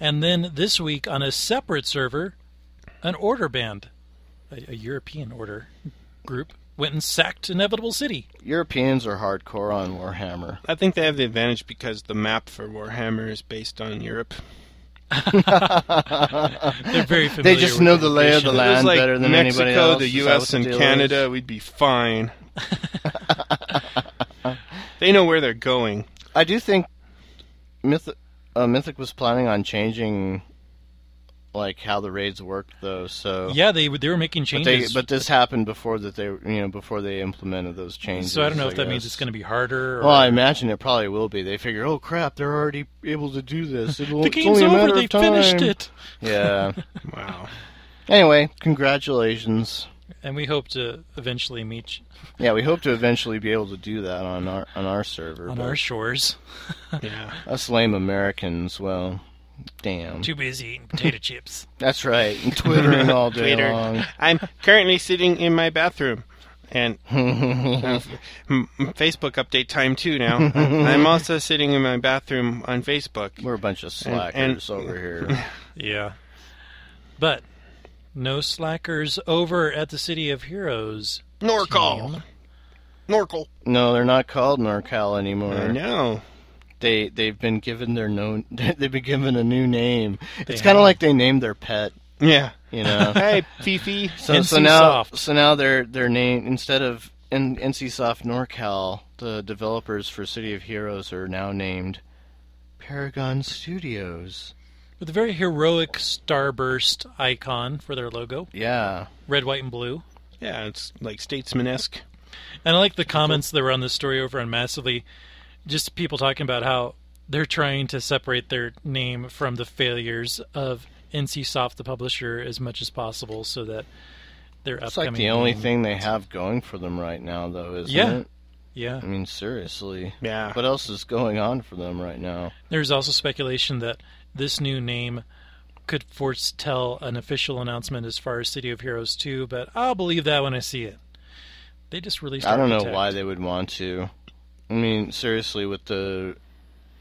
And then this week on a separate server, an Order band, a, a European Order group, went and sacked Inevitable City. Europeans are hardcore on Warhammer. I think they have the advantage because the map for Warhammer is based on Europe. They're very familiar. They just with know the lay of the location. If it was land like better than Mexico, anybody else. the is that what U.S. the and deal is? Canada, we'd be fine. they know where they're going. I do think Myth, uh, Mythic was planning on changing like how the raids worked though. So Yeah, they were- they were making But, they, changes. but this happened before that they you know before they implemented those changes. so I don't know if that means guess. it's going to be harder. Or, Well, I imagine it probably will be. They figure, oh crap, they're already able to do this. It'll, the it's only game's a over. matter They of time. finished it, Yeah. Wow. Anyway, congratulations. and we hope to eventually meet Yeah, we hope to eventually be able to do that on our on our server. on but our shores. Yeah. us lame Americans, well, damn. Too busy eating potato chips. That's right. And twittering all day Twitter. long. I'm currently sitting in my bathroom. And Mm, mm, Facebook update time too now. I'm also sitting in my bathroom on Facebook. We're a bunch of And- slackers and- over here. Yeah, but no slackers over at the City of Heroes. Norcal. Norcal. No, they're not called NorCal anymore. I know. They they've been given their known they've been given a new name. it's have. kind of like they named their pet, Yeah. you know. Hey, Fifi. So, so NC now, Soft. so now their their name instead of N- NCSoft NorCal, the developers for City of Heroes are now named Paragon Studios. With a very heroic starburst icon for their logo, Yeah, red, white, and blue. Yeah, it's like statesman esque. And I like the comments that were on this story over on Massively. Just people talking about how they're trying to separate their name from the failures of NCSoft, the publisher, as much as possible, so that their it's upcoming. like the only game- thing they have going for them right now, though, isn't Yeah. it? Yeah. I mean, seriously, Yeah. what else is going on for them right now? There's also speculation that this new name could foretell an official announcement as far as City of Heroes 2, but I'll believe that when I see it. They just released. I don't know Architect. why they would want to. I mean, seriously, with the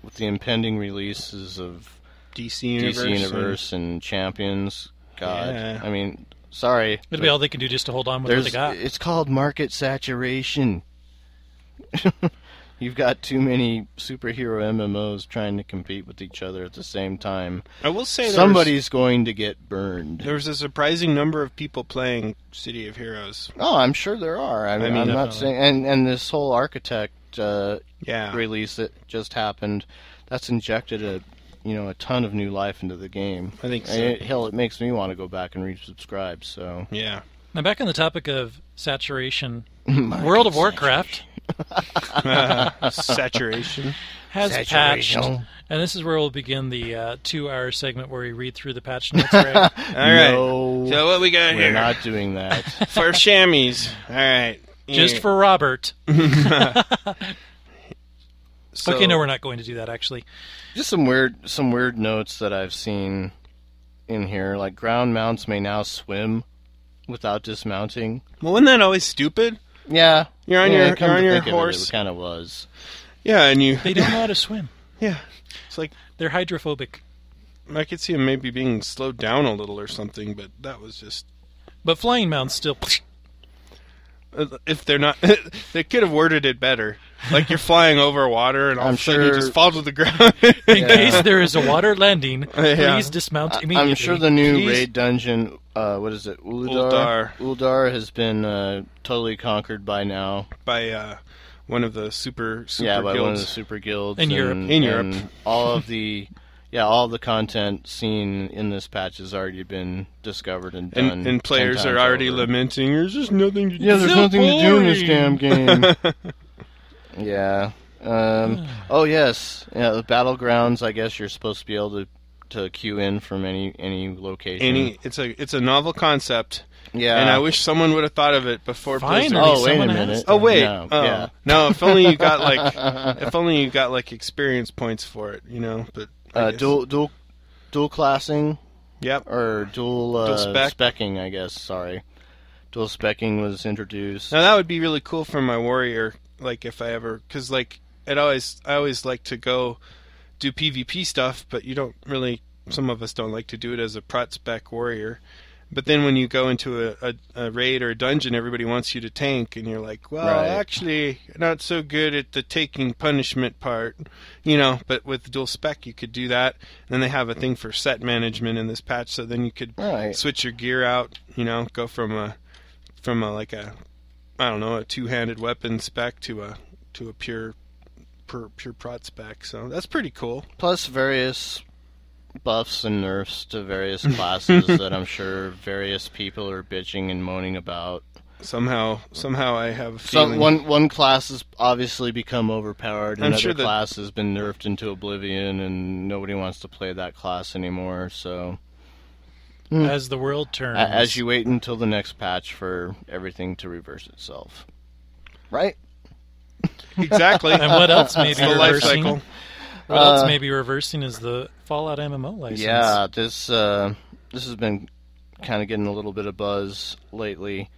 with the impending releases of DC Universe. DC Universe and Champions, God, Yeah. I mean, sorry, It'll be all they can do just to hold on with what they There's, got. it's called market saturation. You've got too many superhero MMOs trying to compete with each other at the same time. I will say there was- Somebody's going to get burned. there was a surprising number of people playing City of Heroes. Oh, I'm sure there are. I mean, I mean, am not definitely. saying. And and this whole architect uh, Yeah. release that just happened, that's injected a you know a ton of new life into the game. I think so. And it- hell, it makes me want to go back and resubscribe. So Yeah. Now back on the topic of saturation, World of Warcraft Saturation. has patched. And this is where we'll begin the uh, two-hour segment where we read through the patch notes. Right? All right. No, So what we got we're here not doing that. for chamois? All right. Just Yeah. for Robert. So- okay, no, we're not going to do that. Actually, Just some weird, some weird notes that I've seen in here. Like ground mounts may now swim without dismounting. Well, wasn't that always stupid? Yeah, You're on yeah, your- come you're on to your think of horse. It, it kind of was. Yeah, and you. they don't know how to swim. Yeah. It's like They're hydrophobic. I could see him maybe being slowed down a little or something, but that was just But flying mounts still. if they're not they could have worded it better. Like you're flying over water and all I'm of a sudden you sure- just fall to the ground. In case there is a water landing, Yeah. please dismount immediately. I'm sure the new Please. raid dungeon, uh, what is it, Uldar? Uldar. has been uh, totally conquered by now. by uh, one of the super super yeah, by one of the guilds. super guilds In and, Europe. In Europe. and all of the, yeah, all the content seen in this patch has already been discovered and done. and, 10 and players times are already over. lamenting. There's just nothing to do. Yeah, there's So nothing to do in this damn boring." game. yeah. Um, oh yes. Yeah, the battlegrounds. I guess you're supposed to be able to to queue in from any any location. Any, it's a it's a novel concept, Yeah. and I wish someone would have thought of it before. Finally. Blizzard. Oh wait a Someone minute. has? Oh wait, No, oh. Yeah. no. If only you got like, if only you got like experience points for it, you know. But I Uh, guess- dual dual dual classing Yep. or dual, uh, Dual spec? specking. I guess. Sorry. Dual specking was introduced. Now that would be really cool for my warrior. Like if I ever, because like it always, I always like to go do PvP stuff, but you don't really. Some of us don't like to do it as a prot spec warrior. But then when you go into a, a, a raid or a dungeon, everybody wants you to tank, and you're like, well, Right. actually, you're not so good at the taking punishment part, you know. But with dual spec, you could do that. And then they have a thing for set management in this patch, so then you could Right. switch your gear out, you know, go from a from a like a I don't know a two-handed weapon spec to a to a pure pure, pure prod spec. So that's pretty cool. Plus various buffs and nerfs to various classes that I'm sure various people are bitching and moaning about. Somehow somehow I have a feeling. Some, one one class has obviously become overpowered. I'm Another sure that- class has been nerfed into oblivion, and nobody wants to play that class anymore. So, as the world turns, a- as you wait until the next patch for everything to reverse itself, right? exactly. and what else may be the life reversing? cycle. What else may be reversing is the Fallout MMO license. Uh, Yeah, this uh, this has been kind of getting a little bit of buzz lately.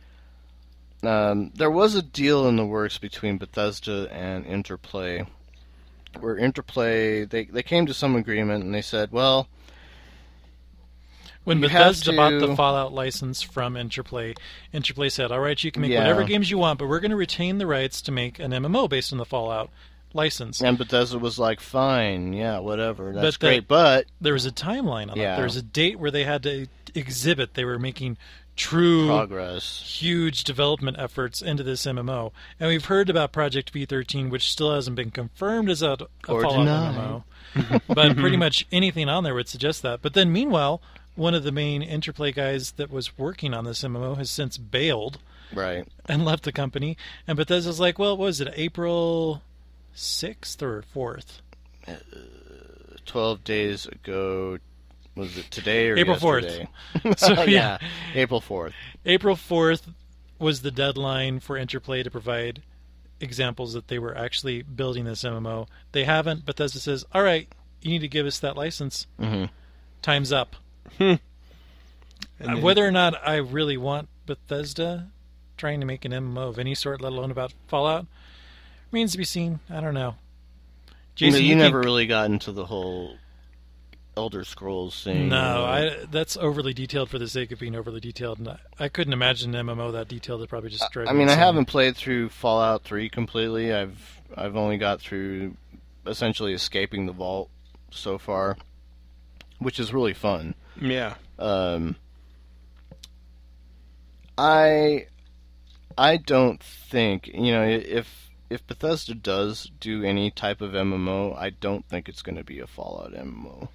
Um, there was a deal in the works between Bethesda and Interplay, where Interplay they they came to some agreement and they said, well. When You have Bethesda bought the to- Fallout license from Interplay, Interplay said, "All right, you can make Yeah. whatever games you want, but we're going to retain the rights to make an MMO based on the Fallout license." And Bethesda was like, "Fine, yeah, whatever, that's But the- great." But There was a timeline on Yeah. it. There was a date where they had to exhibit they were making true progress, huge development efforts into this MMO. And we've heard about Project V13, which still hasn't been confirmed as a, a Or Fallout denied. MMO. but pretty much anything on there would suggest that. But then, meanwhile, one of the main Interplay guys that was working on this MMO has since bailed right? and left the company. And Bethesda's like, well, what was it, April 6th or 4th? Twelve days ago, was it today or April 4th. yesterday? Oh, So, yeah, April fourth. April 4th was the deadline for Interplay to provide examples that they were actually building this MMO. They haven't. Bethesda says, all right, you need to give us that license. Mm-hmm. Time's up. Uh, Whether or not I really want Bethesda trying to make an MMO of any sort, let alone about Fallout, remains to be seen. I don't know. Jason, you, you never think- really got into the whole Elder Scrolls thing. No, uh, I, that's overly detailed for the sake of being overly detailed, and I, I couldn't imagine an MMO that detailed. It probably just drive I me mean, I insane. haven't played through Fallout Three completely. I've I've only got through essentially escaping the vault so far, which is really fun. Yeah. Um, I I don't think you know if if Bethesda does do any type of MMO, I don't think it's going to be a Fallout MMO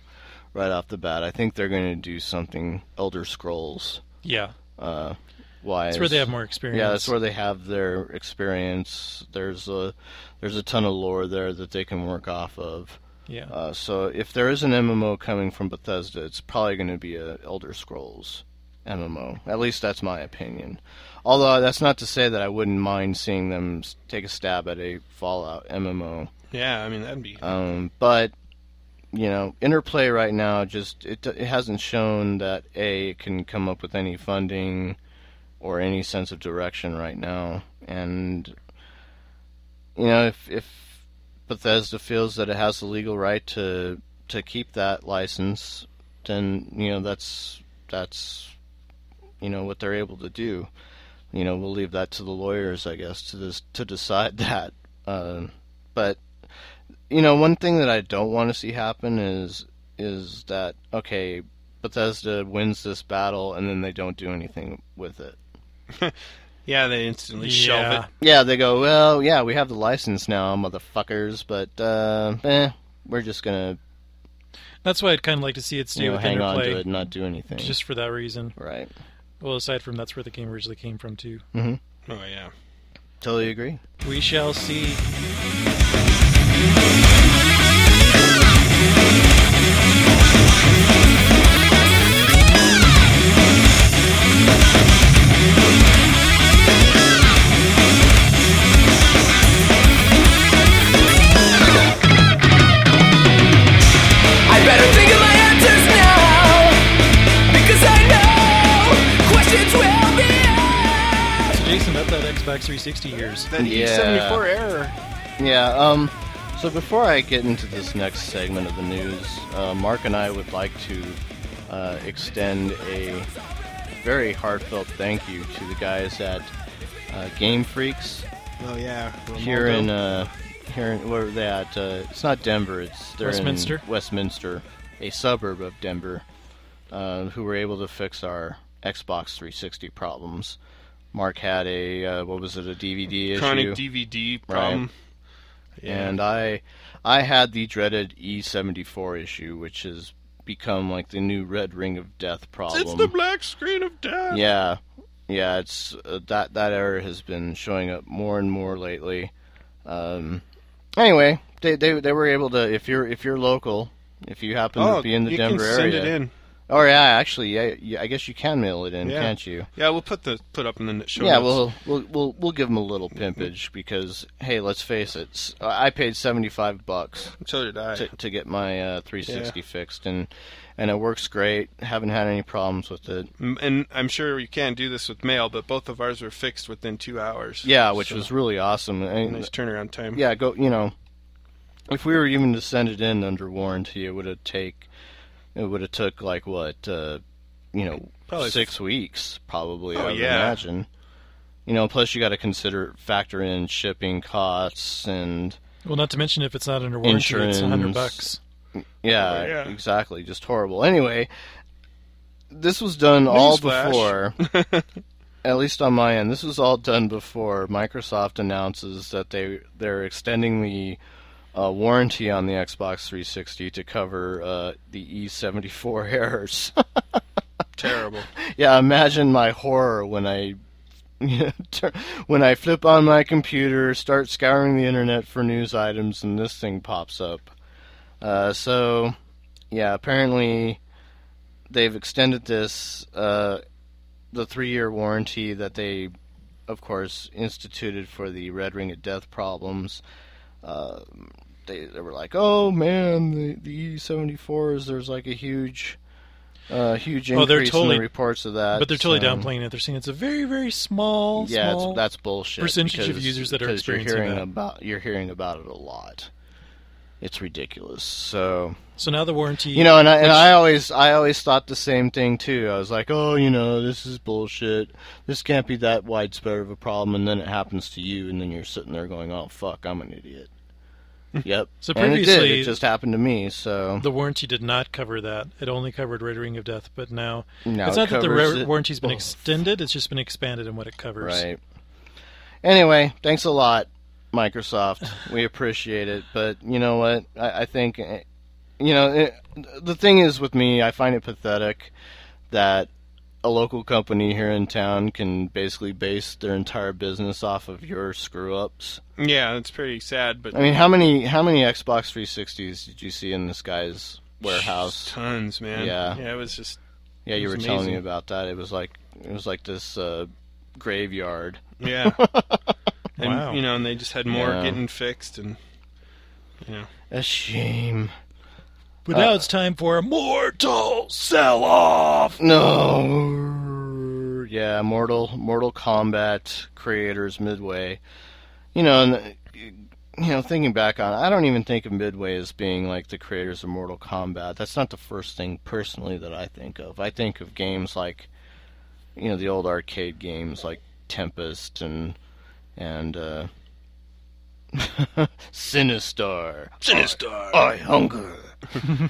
right off the bat. I think they're going to do something Elder Scrolls Yeah. wise. That's where they have more experience. Yeah, that's where they have their experience. There's a there's a ton of lore there that they can work off of. Yeah. Uh, so if there is an MMO coming from Bethesda, it's probably going to be a Elder Scrolls MMO. At least that's my opinion. Although that's not to say that I wouldn't mind seeing them s- take a stab at a Fallout MMO. Yeah, I mean that'd be Um, but you know, Interplay right now just it, it hasn't shown that a it can come up with any funding or any sense of direction right now. And you know, if if Bethesda feels that it has the legal right to to keep that license, then you know that's that's you know what they're able to do. You know, we'll leave that to the lawyers, I guess, to this to decide that. Uh, but you know, one thing that I don't want to see happen is is that okay, Bethesda wins this battle and then they don't do anything with it. yeah. They instantly Yeah. shelve it. Yeah, they go, well, yeah, we have the license now, motherfuckers, but uh, eh, we're just gonna That's why I'd kind of like to see it stay you know, with hang on to Interplay, it, and not do anything. just for that reason. Right. Well, aside from that's where the game originally came from too. Oh yeah. Totally agree. We shall see. I better think of my answers now because I know questions will be asked. So Jason, about that Xbox 360 years. That Yeah. E74 error. Yeah, um, so before I get into this next segment of the news, uh, Mark and I would like to uh, extend a very heartfelt thank you to the guys at uh, Game Freaks Oh yeah. Remoto. here in uh, here in, where are they at? Uh, it's not Denver. It's they're Westminster? In Westminster, a suburb of Denver, uh, who were able to fix our Xbox 360 problems. Mark had a uh, what was it? A DVD issue. chronic DVD problem. Yeah. and I I had the dreaded E74 issue, which has become like the new red ring of death problem. It's the black screen of death. yeah, yeah, it's uh, that that error has been showing up more and more lately. Um, anyway, they, they they were able to if you're if you're local. If you happen Oh, to be in the you Denver can send area, it in. oh yeah, actually, yeah, yeah, I guess you can mail it in, Yeah. can't you? Yeah, we'll put the put up in the show. Yeah, notes. we'll, we'll we'll we'll give them a little Mm-hmm. pimpage because hey, let's face it, s- I paid seventy five bucks So did I. to, to get my uh, 360 fixed, and and it works great. Haven't had any problems with it. M- and I'm sure you can't do this with mail, but both of ours were fixed within two hours. Yeah, which So, was really awesome. And- nice turnaround time. yeah, go. You know, if we were even to send it in under warranty, it would have take it would have took like what uh, you know Probably- six weeks probably. Oh, I would yeah. imagine. You know, plus you got to consider factor in shipping costs and Well, not to mention if it's not under warranty, it's 100 Insurance. bucks. Yeah, Oh, yeah. exactly. Just horrible. Anyway, this was done all Newsflash. before. at least on my end, this was all done before Microsoft announces that they they're extending the uh, warranty on the Xbox 360 to cover uh, the E74 errors. Terrible. yeah, imagine my horror when I. tur- when I flip on my computer, start scouring the internet for news items, and this thing pops up. Uh, so, yeah, apparently they've extended this uh, the three-year warranty that they, of course, instituted for the Red Ring of Death problems. Uh, they they were like, oh man, the the E74s. There's like a huge, uh, huge Oh, increase they're in totally- the reports of that. But they're totally um, downplaying it. They're saying it's a very, very small, yeah, small it's, that's bullshit. percentage of because- users that are because you're experiencing hearing that. about you're hearing about it a lot. It's ridiculous. So So now the warranty. you know, and I, and I always I always thought the same thing too. I was like, oh, you know, this is bullshit. This can't be that widespread of a problem. And then it happens to you, and then you're sitting there going, oh fuck, I'm an idiot. Yep. Hmm. So and it did. previously- It just happened to me. So the warranty did not cover that. It only covered Red Ring of Death, but now Now it's it not that the covers ra- it. warranty's been Oh. extended; it's just been expanded in what it covers. right. Anyway, thanks a lot, Microsoft. we appreciate it. But you know what? I, I think eh, you know it, the thing is with me. I find it pathetic that a local company here in town can basically base their entire business off of your screw ups. Yeah, it's pretty sad, but I mean, how many how many Xbox 360s did you see in this guy's warehouse? tons, man. Yeah. yeah, it was just Yeah, you were It's telling me amazing. about that. It was like it was like this uh, graveyard. yeah. and Wow. you know, and they just had more Yeah. getting fixed, and A shame. But Uh, now it's time for a mortal sell off. No. Yeah, Mortal Mortal Kombat creators Midway. You know, and you know, thinking back on, it, I don't even think of Midway as being like the creators of Mortal Kombat. That's not the first thing personally that I think of. I think of games like you know, the old arcade games like Tempest and and uh Sinistar. Sinistar. I hunger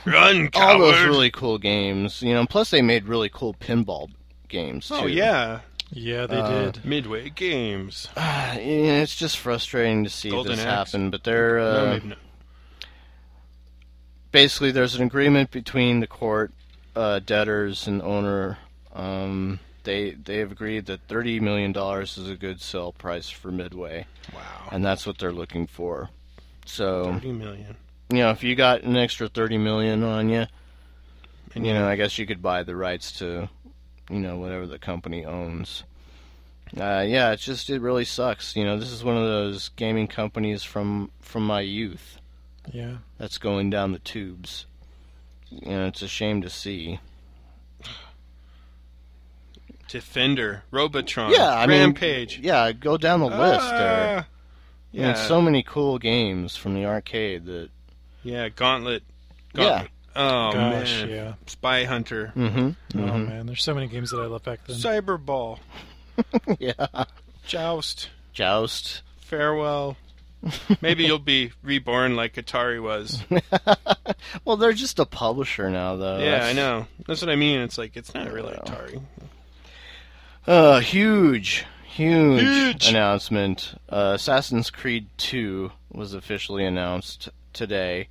run, all coward. those really cool games, you know. And plus, they made really cool pinball games too. oh yeah, Yeah, they uh, did. Midway Games. Ah, yeah, it's just frustrating to see Golden this Axe. happen. But they're uh, no, maybe not. basically there's an agreement between the court, uh, debtors, and owner. Um, they they have agreed that thirty million dollars is a good sell price for Midway, Wow, and that's what they're looking for. So thirty million. you know, if you got an extra thirty million on you, you know, I guess you could buy the rights to, you know, whatever the company owns. Uh, yeah, it's just it really sucks. You know, this is one of those gaming companies from from my youth Yeah. that's going down the tubes. You know, it's a shame to see. Defender, Robotron, Yeah, I mean, Rampage. Yeah, go down the list there. Ah, I mean, yeah, so many cool games from the arcade that. yeah, Gauntlet. Yeah. Gauntlet. Oh Gosh, man, yeah. Spy Hunter, hmm Oh Mm-hmm. man, there's so many games that I love back then. Cyberball, Yeah. Joust, Joust. Farewell. Maybe you'll be reborn like Atari was. Well, they're just a publisher now, though. Yeah, I That's- know. That's what I mean. It's like it's not really Atari. Uh, huge, huge, announcement. Uh, Assassin's Creed 2 was officially announced today.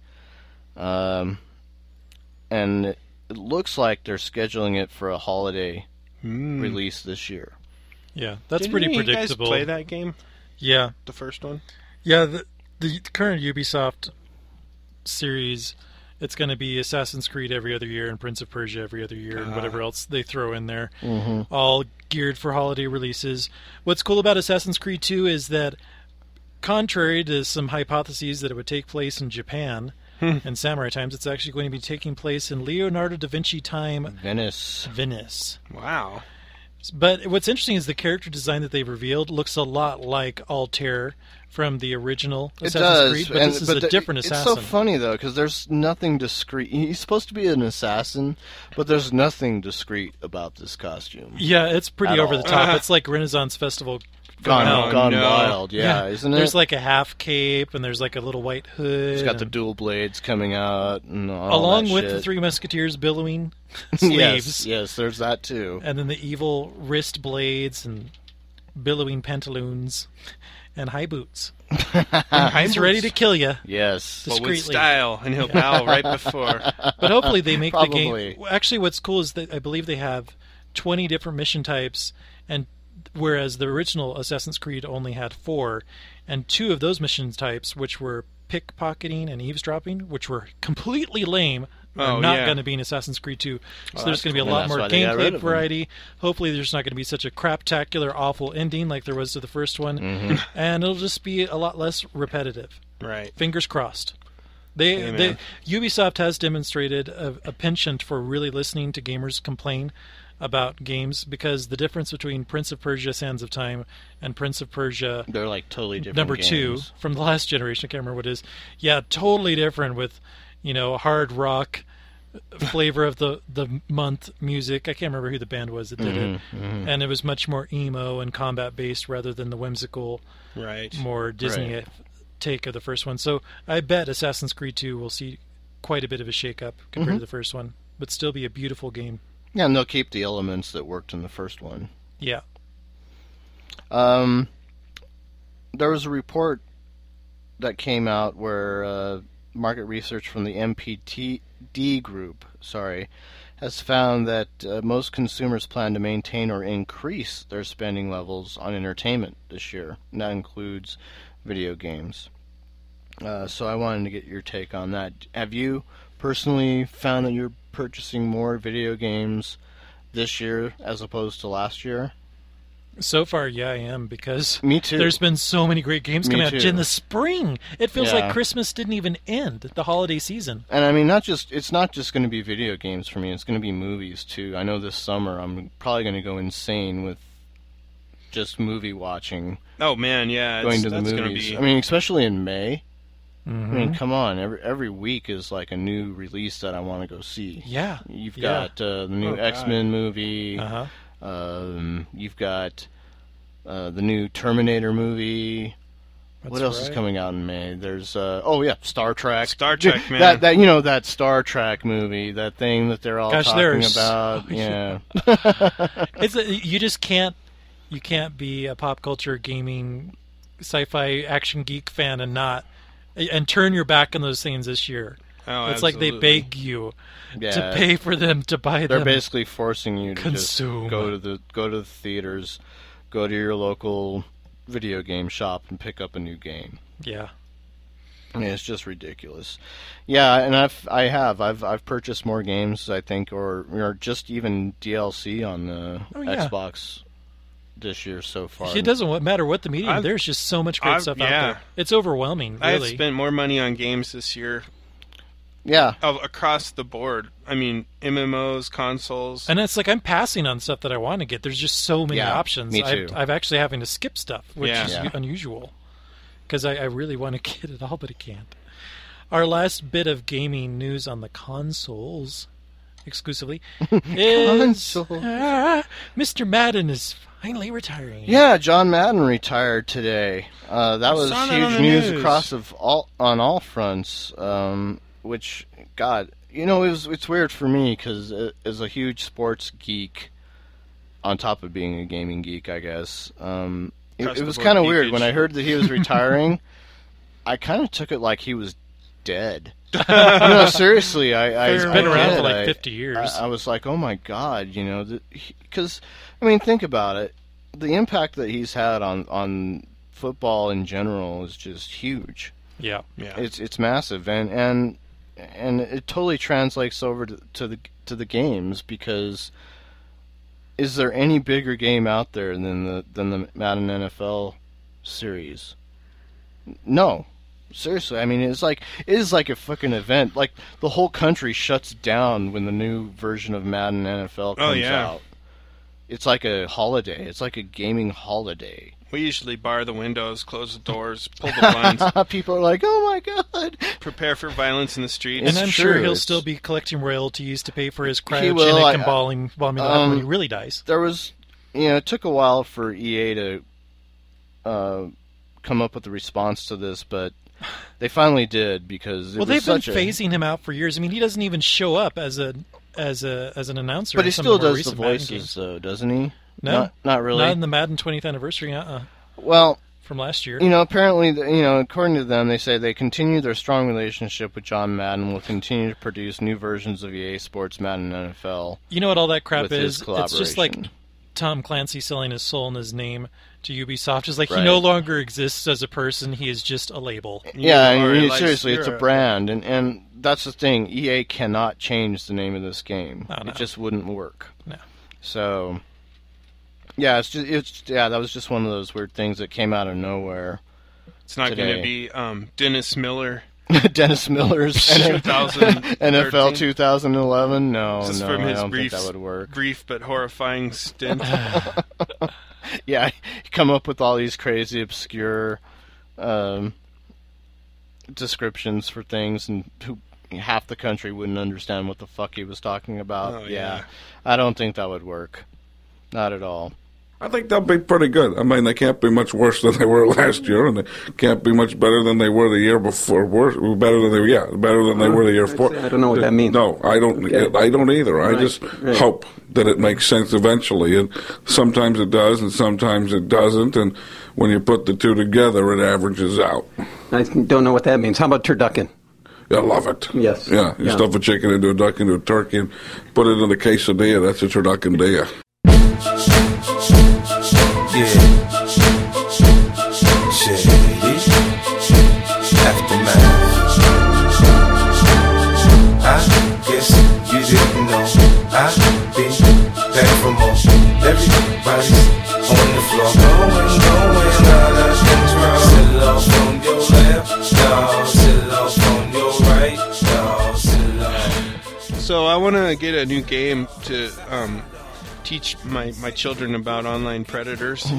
Um, and it it looks like they're scheduling it for a holiday release this year. Yeah, that's Didn't pretty you predictable. Guys play that game, Yeah, the first one. yeah. The, the current Ubisoft series, it's going to be Assassin's Creed every other year and Prince of Persia every other year Ah. and whatever else they throw in there, Mm-hmm. all geared for holiday releases. What's cool about Assassin's Creed 2 is that, contrary to some hypotheses that it would take place in Japan. Hmm. In samurai times, it's actually going to be taking place in Leonardo da Vinci time Venice. Venice. Wow. But what's interesting is the character design that they've revealed looks a lot like Altair from the original Assassin's Creed, but and- this is a the- different assassin. It's so funny though, because there's nothing discreet. He's supposed to be an assassin, but there's nothing discreet about this costume. yeah, it's pretty At over all. the top. it's like Renaissance Festival. Gone, Oh, gone no. wild, yeah, isn't it? There's like a half cape and there's like a little white hood. It's got the and- dual blades coming out, and all along that with the shit. Three Musketeers billowing yes, sleeves, yes, there's that too. and then the evil wrist blades and billowing pantaloons and high boots. He's ready to kill you. Yes, But with Discreetly. style, and he'll bow right before. But hopefully they make the Probably. game. Actually, what's cool is that I believe they have 20 different mission types, and whereas the original Assassin's Creed only had four, and two of those mission types, which were pickpocketing and eavesdropping, which were completely lame. Oh, Are not yeah. going to be in Assassin's Creed 2. So there's going to be a cool. lot That's more why they got rid gameplay of them. variety. Hopefully, there's not going to be such a craptacular, awful ending like there was to the first one. Mm-hmm. And it'll just be a lot less repetitive right. fingers crossed. They, they man. Ubisoft has demonstrated a, a penchant for really listening to gamers complain about games because the difference between Prince of Persia: Sands of Time and Prince of Persia they're like totally different. number two games. from the last generation, I can't remember what it is. Yeah, totally different with you know hard rock flavor of the the month music. I can't remember who the band was that did it, Mm-hmm, and it was much more emo and combat based rather than the whimsical Right. more Disney take of the first one. So I bet Assassin's Creed 2 will see quite a bit of a shakeup compared Mm-hmm. to the first one, but still be a beautiful game. Yeah, and they'll keep the elements that worked in the first one. Yeah. Um, there was a report that came out where uh, market research from the MPTD group, sorry, has found that uh, most consumers plan to maintain or increase their spending levels on entertainment this year. And that includes video games. Uh, so I wanted to get your take on that. Have you personally found that you're purchasing more video games this year as opposed to last year? So far, yeah, I am because Me too. There's been so many great games Me coming out too. in the spring. It feels Yeah. like Christmas didn't even end. The holiday season. And I mean, not just it's not just going to be video games for me. It's going to be movies too. I know this summer I'm probably going to go insane with just movie watching, Oh man, yeah, it's, going to the that's gonna movies. be. I mean, especially in May. I Mm-hmm. mean, come on. Every every week is like a new release that I want to go see. Yeah. You've Yeah. got uh, the new Oh, God. X Men movie. Uh huh. Um, you've got uh, the new Terminator movie. what That's else is right. coming out in May? There's uh, oh yeah, Star Trek. Star Trek, Dude, man. That that you know that Star Trek movie, that thing that they're all Gosh, talking there's- about. yeah. It's a, you just can't you can't be a pop culture gaming sci-fi action geek fan and not and turn your back on those things this year. Oh, it's like they absolutely. beg you yeah. to pay for them to buy they're them. basically forcing you to Consume. just go to the go to the theaters, go to your local video game shop and pick up a new game. yeah. I mean, it's just ridiculous. Yeah, and I've I have I've I've purchased more games I think, or or just even DLC on the Oh, yeah. Xbox this year so far. It doesn't wa- matter what the medium. I've- There's just so much great I've- stuff yeah. out there. It's overwhelming, I have really. spent more money on games this year Yeah, of, across the board. I mean, MMOs, Uh, consoles. and it's like I'm passing on stuff that I want to get. There's just so many Yeah, options. me I've, too. I've actually having to skip stuff, which Yeah. is Yeah. unusual because I, I really want to get it all, but I can't. Our last bit of gaming news on the consoles, exclusively, is Consoles. Ah, Mr. Madden is finally retiring. yeah. John Madden retired today. Uh, that was saw that on huge the news, news. across of all on all fronts. Um, which God, you know, it was it's weird for me because as a huge sports geek, on top of being a gaming geek, I guess. Um, it, Across it the was board kind of weird when geekage. I heard that he was retiring. I kind of took it like he was dead. no, seriously, I, I He's been I around did. for like I- 50 years. I, I was like, oh my god, you know, because I mean, think about it. The impact that he's had on on football in general is just huge. yeah. yeah. It's it's massive, and and and it totally translates over to, to the to the games because is there any bigger game out there than the than the Madden NFL series? No. Seriously, I mean, it's like it is like a fucking event. Like the whole country shuts down when the new version of Madden NFL comes Oh, yeah. out. It's like a holiday. It's like a gaming holiday. we usually bar the windows, close the doors, pull the blinds, People are like, "Oh my god, prepare for violence in the streets. And It's I'm sure true, he'll it's- still be collecting royalties to pay for his He will, cryogenic I- and bombing, bombing um, when he really dies. there was you know it took a while for EA to uh, come up with a response to this, but they finally did because it Well, was they've been such a phasing him out for years. I mean, he doesn't even show up as a as a as an announcer. but in he some still of our does the recent Madden voices games. though, doesn't he? No. not, not really. Not in the Madden 20th anniversary. Uh, uh well, from last year. you know, apparently, the- you know, according to them, they say they continue their strong relationship with John Madden and will continue to produce new versions of EA Sports Madden NFL. You know what all that crap With his is? It's just like collaboration. Tom Clancy selling his soul and his name to Ubisoft. It's like he Right. no longer exists as a person. He is just a label. Yeah, are I mean, like seriously, it's a zero. brand, and and that's the thing. EA cannot change the name of this game. Oh, no. It just wouldn't work. No. So, yeah, it's just it's yeah, that was just one of those weird things that came out of nowhere. It's not going today. to be um, Dennis Miller. Dennis Miller's NFL 2013. 2011. No, This is Oh, no, from I his don't brief, think that would work. brief but horrifying stint. Yeah, come up with all these crazy obscure um, descriptions for things, and who half the country wouldn't understand what the fuck he was talking about. Oh, yeah. I don't think that would work. Not at all. I think they'll be pretty good. I mean, they can't be much worse than they were last year, and they can't be much better than they were the year before. Worse, better than they yeah, better than they were the year before. I don't know what that means. No, I don't. e, I don't either. I Right, just right. hope that it makes sense eventually, and sometimes it does, and sometimes it doesn't. And when you put the two together, it averages out. I don't know what that means. How about turducken? I love it. Yes. Yeah, you Yeah. stuff a chicken into a duck into a turkey, and put it in a quesadilla. That's a turducandilla. Yeah. Shit. Aftermath. I guess you didn't know. I've been back from home. Everybody's on the floor. Going, going out of control. Still off on your left, dog. Still off on your right, dog. Still off. So I want to get a new game to um, teach my, my children about online predators.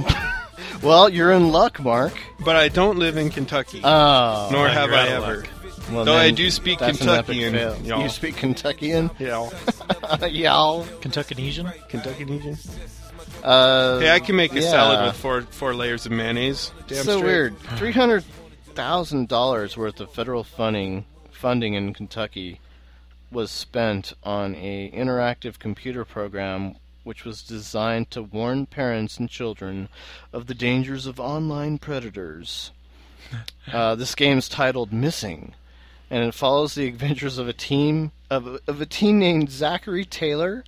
Well, you're in luck, Mark. but I don't live in Kentucky. Oh. nor have You're out I of ever. luck. Well, Though then, I do speak that's an epic Kentuckian. fail. y'all. You speak Kentuckian? Yeah. Y'all. Kentuckianesian? Kentuckianesian? Uh, hey, I can make a yeah. salad with four four layers of mayonnaise. Damn so straight. weird. Three hundred thousand dollars worth of federal funding funding in Kentucky was spent on a interactive computer program which was designed to warn parents and children of the dangers of online predators. Uh, this game's titled Missing, and it follows the adventures of a team of, of a teen named Zachary Taylor,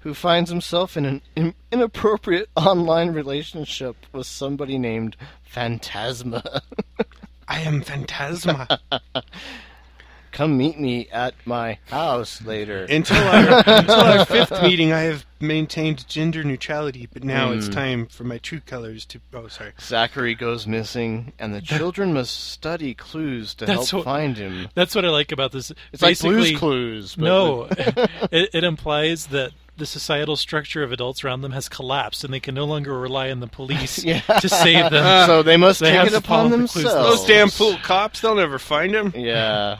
who finds himself in an in, inappropriate online relationship with somebody named Phantasma. I am Phantasma. Come meet me at my house later. Until our, until our fifth meeting, I have maintained gender neutrality, but now it's Hmm. time for my true colors to. Oh, sorry. Zachary goes missing, and the children must study clues to That's help what- find him. That's what I like about this. It's like Blue's Basically- Clues, but no, with- it, it implies that the societal structure of adults around them has collapsed, and they can no longer rely on the police to save them. so they must take have it to upon follow the clues themselves. Those damn fool cops, they'll never find him. Yeah.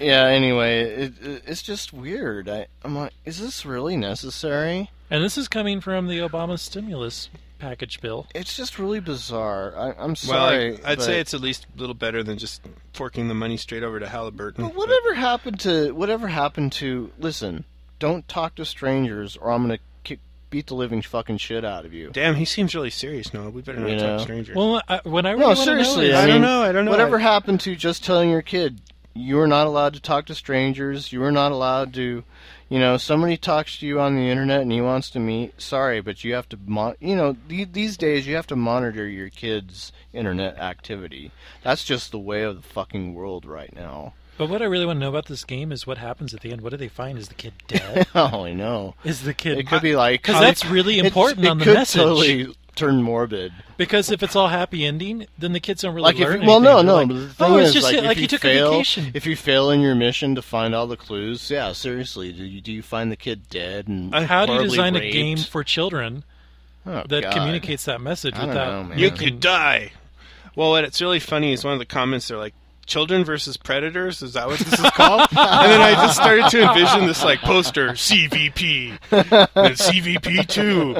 yeah. Anyway, it, it, it's just weird. I, I'm like, is this really necessary? And this is coming from the Obama stimulus package bill. It's just really bizarre. I, I'm Well, I- sorry. I'd but- say it's at least a little better than just forking the money straight over to Halliburton. But whatever happened to whatever happened to listen? Don't talk to strangers, or I'm gonna kick, beat the living fucking shit out of you. Damn, he seems really serious now. We better not You talk know? strangers. Well, I, when I really no, wanna know seriously. is- I, I don't mean, know, I don't know. Whatever I- happened to just telling your kid you are not allowed to talk to strangers. You are not allowed to, you know, somebody talks to you on the internet and he wants to meet. Sorry, but you have to, mon- you know, the- these days you have to monitor your kids' internet activity. That's just the way of the fucking world right now. But what I really want to know about this game is what happens at the end. What do they find? Is the kid dead? oh, I know. Is the kid? It could be like because that's really It's- important it on the could message. Totally turn morbid. Because if it's all happy ending, then the kids don't really Like if learn. you, well, no, anything. no. They're like, but the thing oh, is, it's just like, it, if like you, you took fail, a vacation. If you fail in your mission to find all the clues, yeah, seriously, do you do you find the kid dead and How do you horribly design a raped? game for children Oh, that God. communicates that message I don't know, without man. You could die. Well, what it's really funny is one of the comments they're like, "Children versus predators." Is that what this is called? and then I just started to envision this like poster CVP, and CVP two,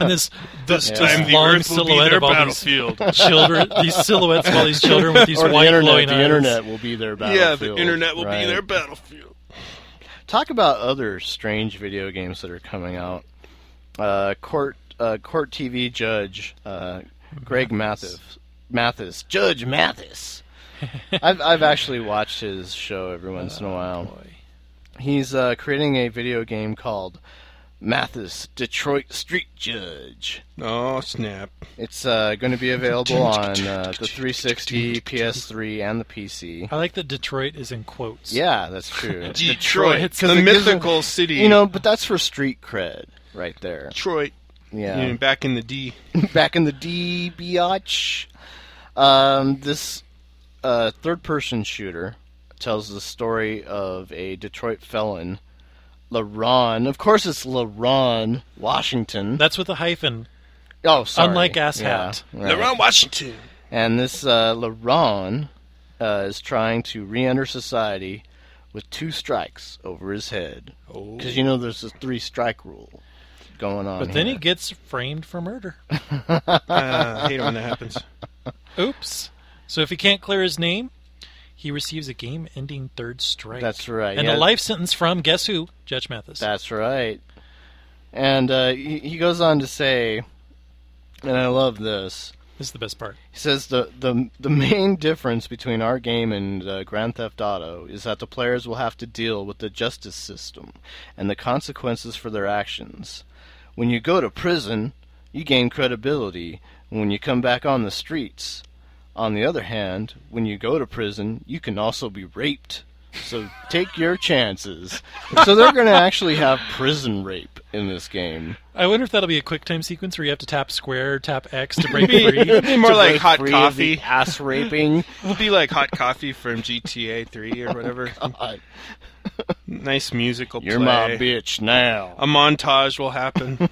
And this this this time the long Earth will be silhouette their of all these battlefield. children, these silhouettes of all these children with these Or the white internet, glowing the eyes. internet will be their yeah, the battlefield, internet will right. be their battlefield. Talk about other strange video games that are coming out. Uh, court uh, court TV judge uh, Greg Mathis. Mathis, Judge Mathis. I've I've actually watched his show every once in a while. He's uh, creating a video game called Mathis Detroit Street Judge. Oh snap! It's uh, going to be available on uh, the 360, PS3, and the PC. I like that Detroit is in quotes. Yeah, that's true. Detroit, It's the mythical city. You know, but that's for street cred right there. Detroit. Yeah. You know, back in the D. Back in the D, biatch. Um, this uh, third person shooter tells the story of a Detroit felon, LaRon. Of course, it's LaRon Washington. That's with a hyphen. Oh, sorry. Unlike asshat. Yeah, right. LaRon Washington. And this uh, LaRon uh, is trying to re enter society with two strikes over his head. Because, you know, there's a three strike rule going on. But then he here. gets framed for murder. Uh, I hate it when that happens. Oops. So if he can't clear his name, he receives a game ending third strike. That's right, And yeah. a life sentence from guess who? Judge Mathis. That's right. And uh, he, he goes on to say, and I love this This is the best part. He says the, the the main difference between our game and uh, Grand Theft Auto is that the players will have to deal with the justice system and the consequences for their actions. When you go to prison, you gain credibility. and When you come back on the streets, on the other hand, when you go to prison, you can also be raped. So take your chances. So they're going to actually have prison rape in this game. I wonder if that'll be a quick time sequence where you have to tap square, tap X to break free. It'd be more To like break hot free of coffee, the ass raping. It'd be like hot coffee from GTA Three or whatever. nice musical. You're play. my bitch now. A montage will happen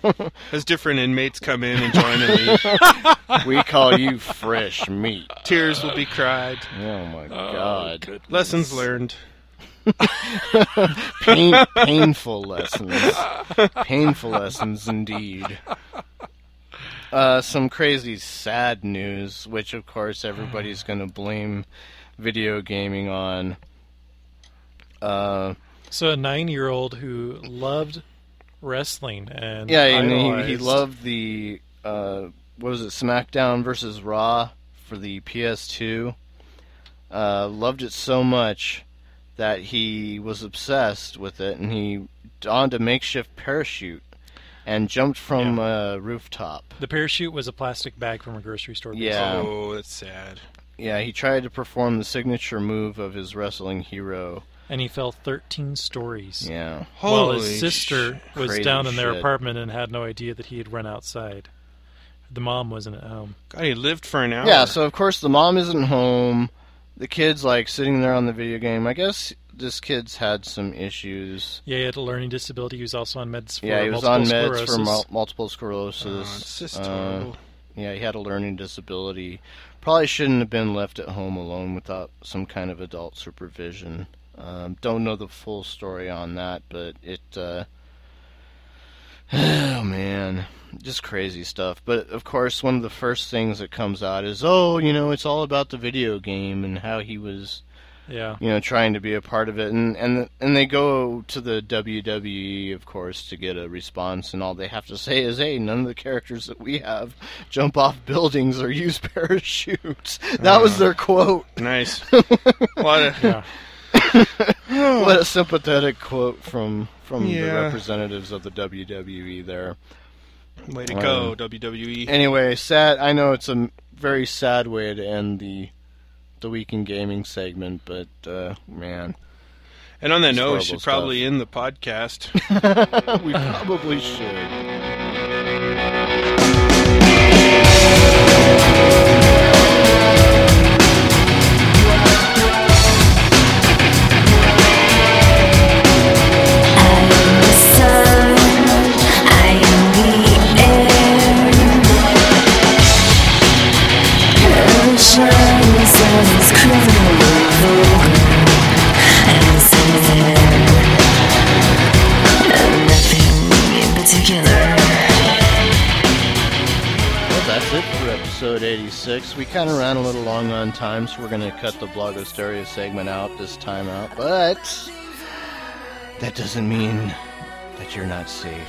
as different inmates come in and join and leave. We call you fresh meat. Tears will be cried. Oh my God. goodness. Lessons learned. Pain, painful lessons. Painful lessons indeed. Uh, some crazy sad news, which of course everybody's going to blame video gaming on. Uh, So a nine-year-old who loved wrestling and yeah, and he, he idolized- loved the uh, what was it, SmackDown versus Raw for the PS2. Uh, loved it so much that he was obsessed with it, and he donned a makeshift parachute and jumped from a rooftop. the parachute was a plastic bag from a grocery store. Yeah. Oh, that's sad. Yeah, he tried to perform the signature move of his wrestling hero. and he fell 13 stories. Yeah. While Holy his sister sh- was crazy down in their shit. apartment and had no idea that he had run outside. The mom wasn't at home. God, he lived for an hour. Yeah, so of course the mom isn't home. The kid's like sitting there on the video game. I guess this kid's had some issues. Yeah, he had a learning disability. He was also on meds for yeah, he was multiple on meds sclerosis. for mul- multiple sclerosis. Oh, it's just Uh, horrible. yeah, he had a learning disability. Probably shouldn't have been left at home alone without some kind of adult supervision. Um, don't know the full story on that, but it. Uh, oh man, just crazy stuff. But of course, one of the first things that comes out is, oh, you know, it's all about the video game and how he was Yeah. you know, trying to be a part of it, and and and they go to the WWE, of course, to get a response, and all they have to say is, "Hey, none of the characters that we have jump off buildings or use parachutes." That was their quote. Nice. What a- Yeah. what a sympathetic quote from from the Yeah. representatives of the WWE there. Way to go, E. WWE. Anyway, sad. I know it's a m- very sad way to end the the week in gaming segment, but uh, man. And on that it's note, we horrible should stuff. probably end the podcast. we probably should. Well, that's it for episode 86. We kind of ran a little long on time, so we're going to cut the Blogosteria segment out this time out, but that doesn't mean that you're not safe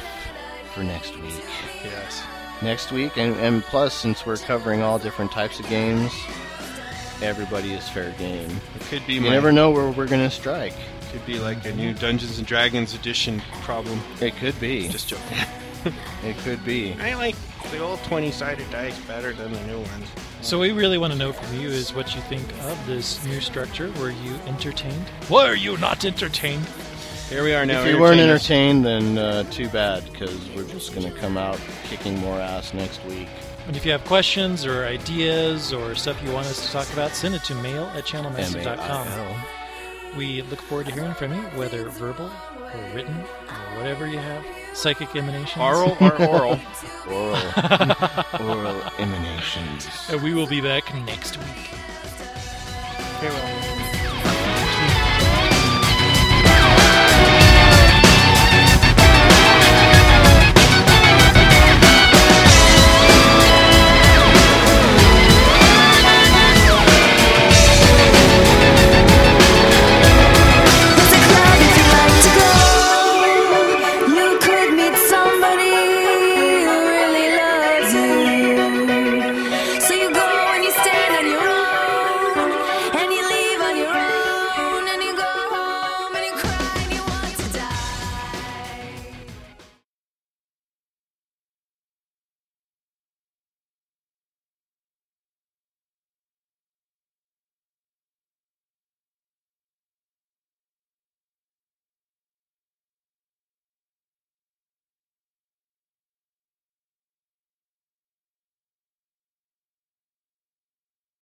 for next week. Yes. Next week, and, and plus, since we're covering all different types of games, everybody is fair game. It could be You my- never know where we're going to strike. Could be like a new Dungeons and Dragons edition problem. It could be. Just joking. It could be. I like the old 20 sided dice better than the new ones. So we really want to know from you is what you think of this new structure. Were you entertained? Were you not entertained? Here we are now. If you weren't entertainers. entertained, then uh, too bad, because we're just going to come out kicking more ass next week. And if you have questions or ideas or stuff you want us to talk about, send it to mail at channelmassive.com. We look forward to hearing from you, whether verbal or written or whatever you have. Psychic emanations. Oral or oral? Oral. oral emanations. and we will be back next week. Farewell.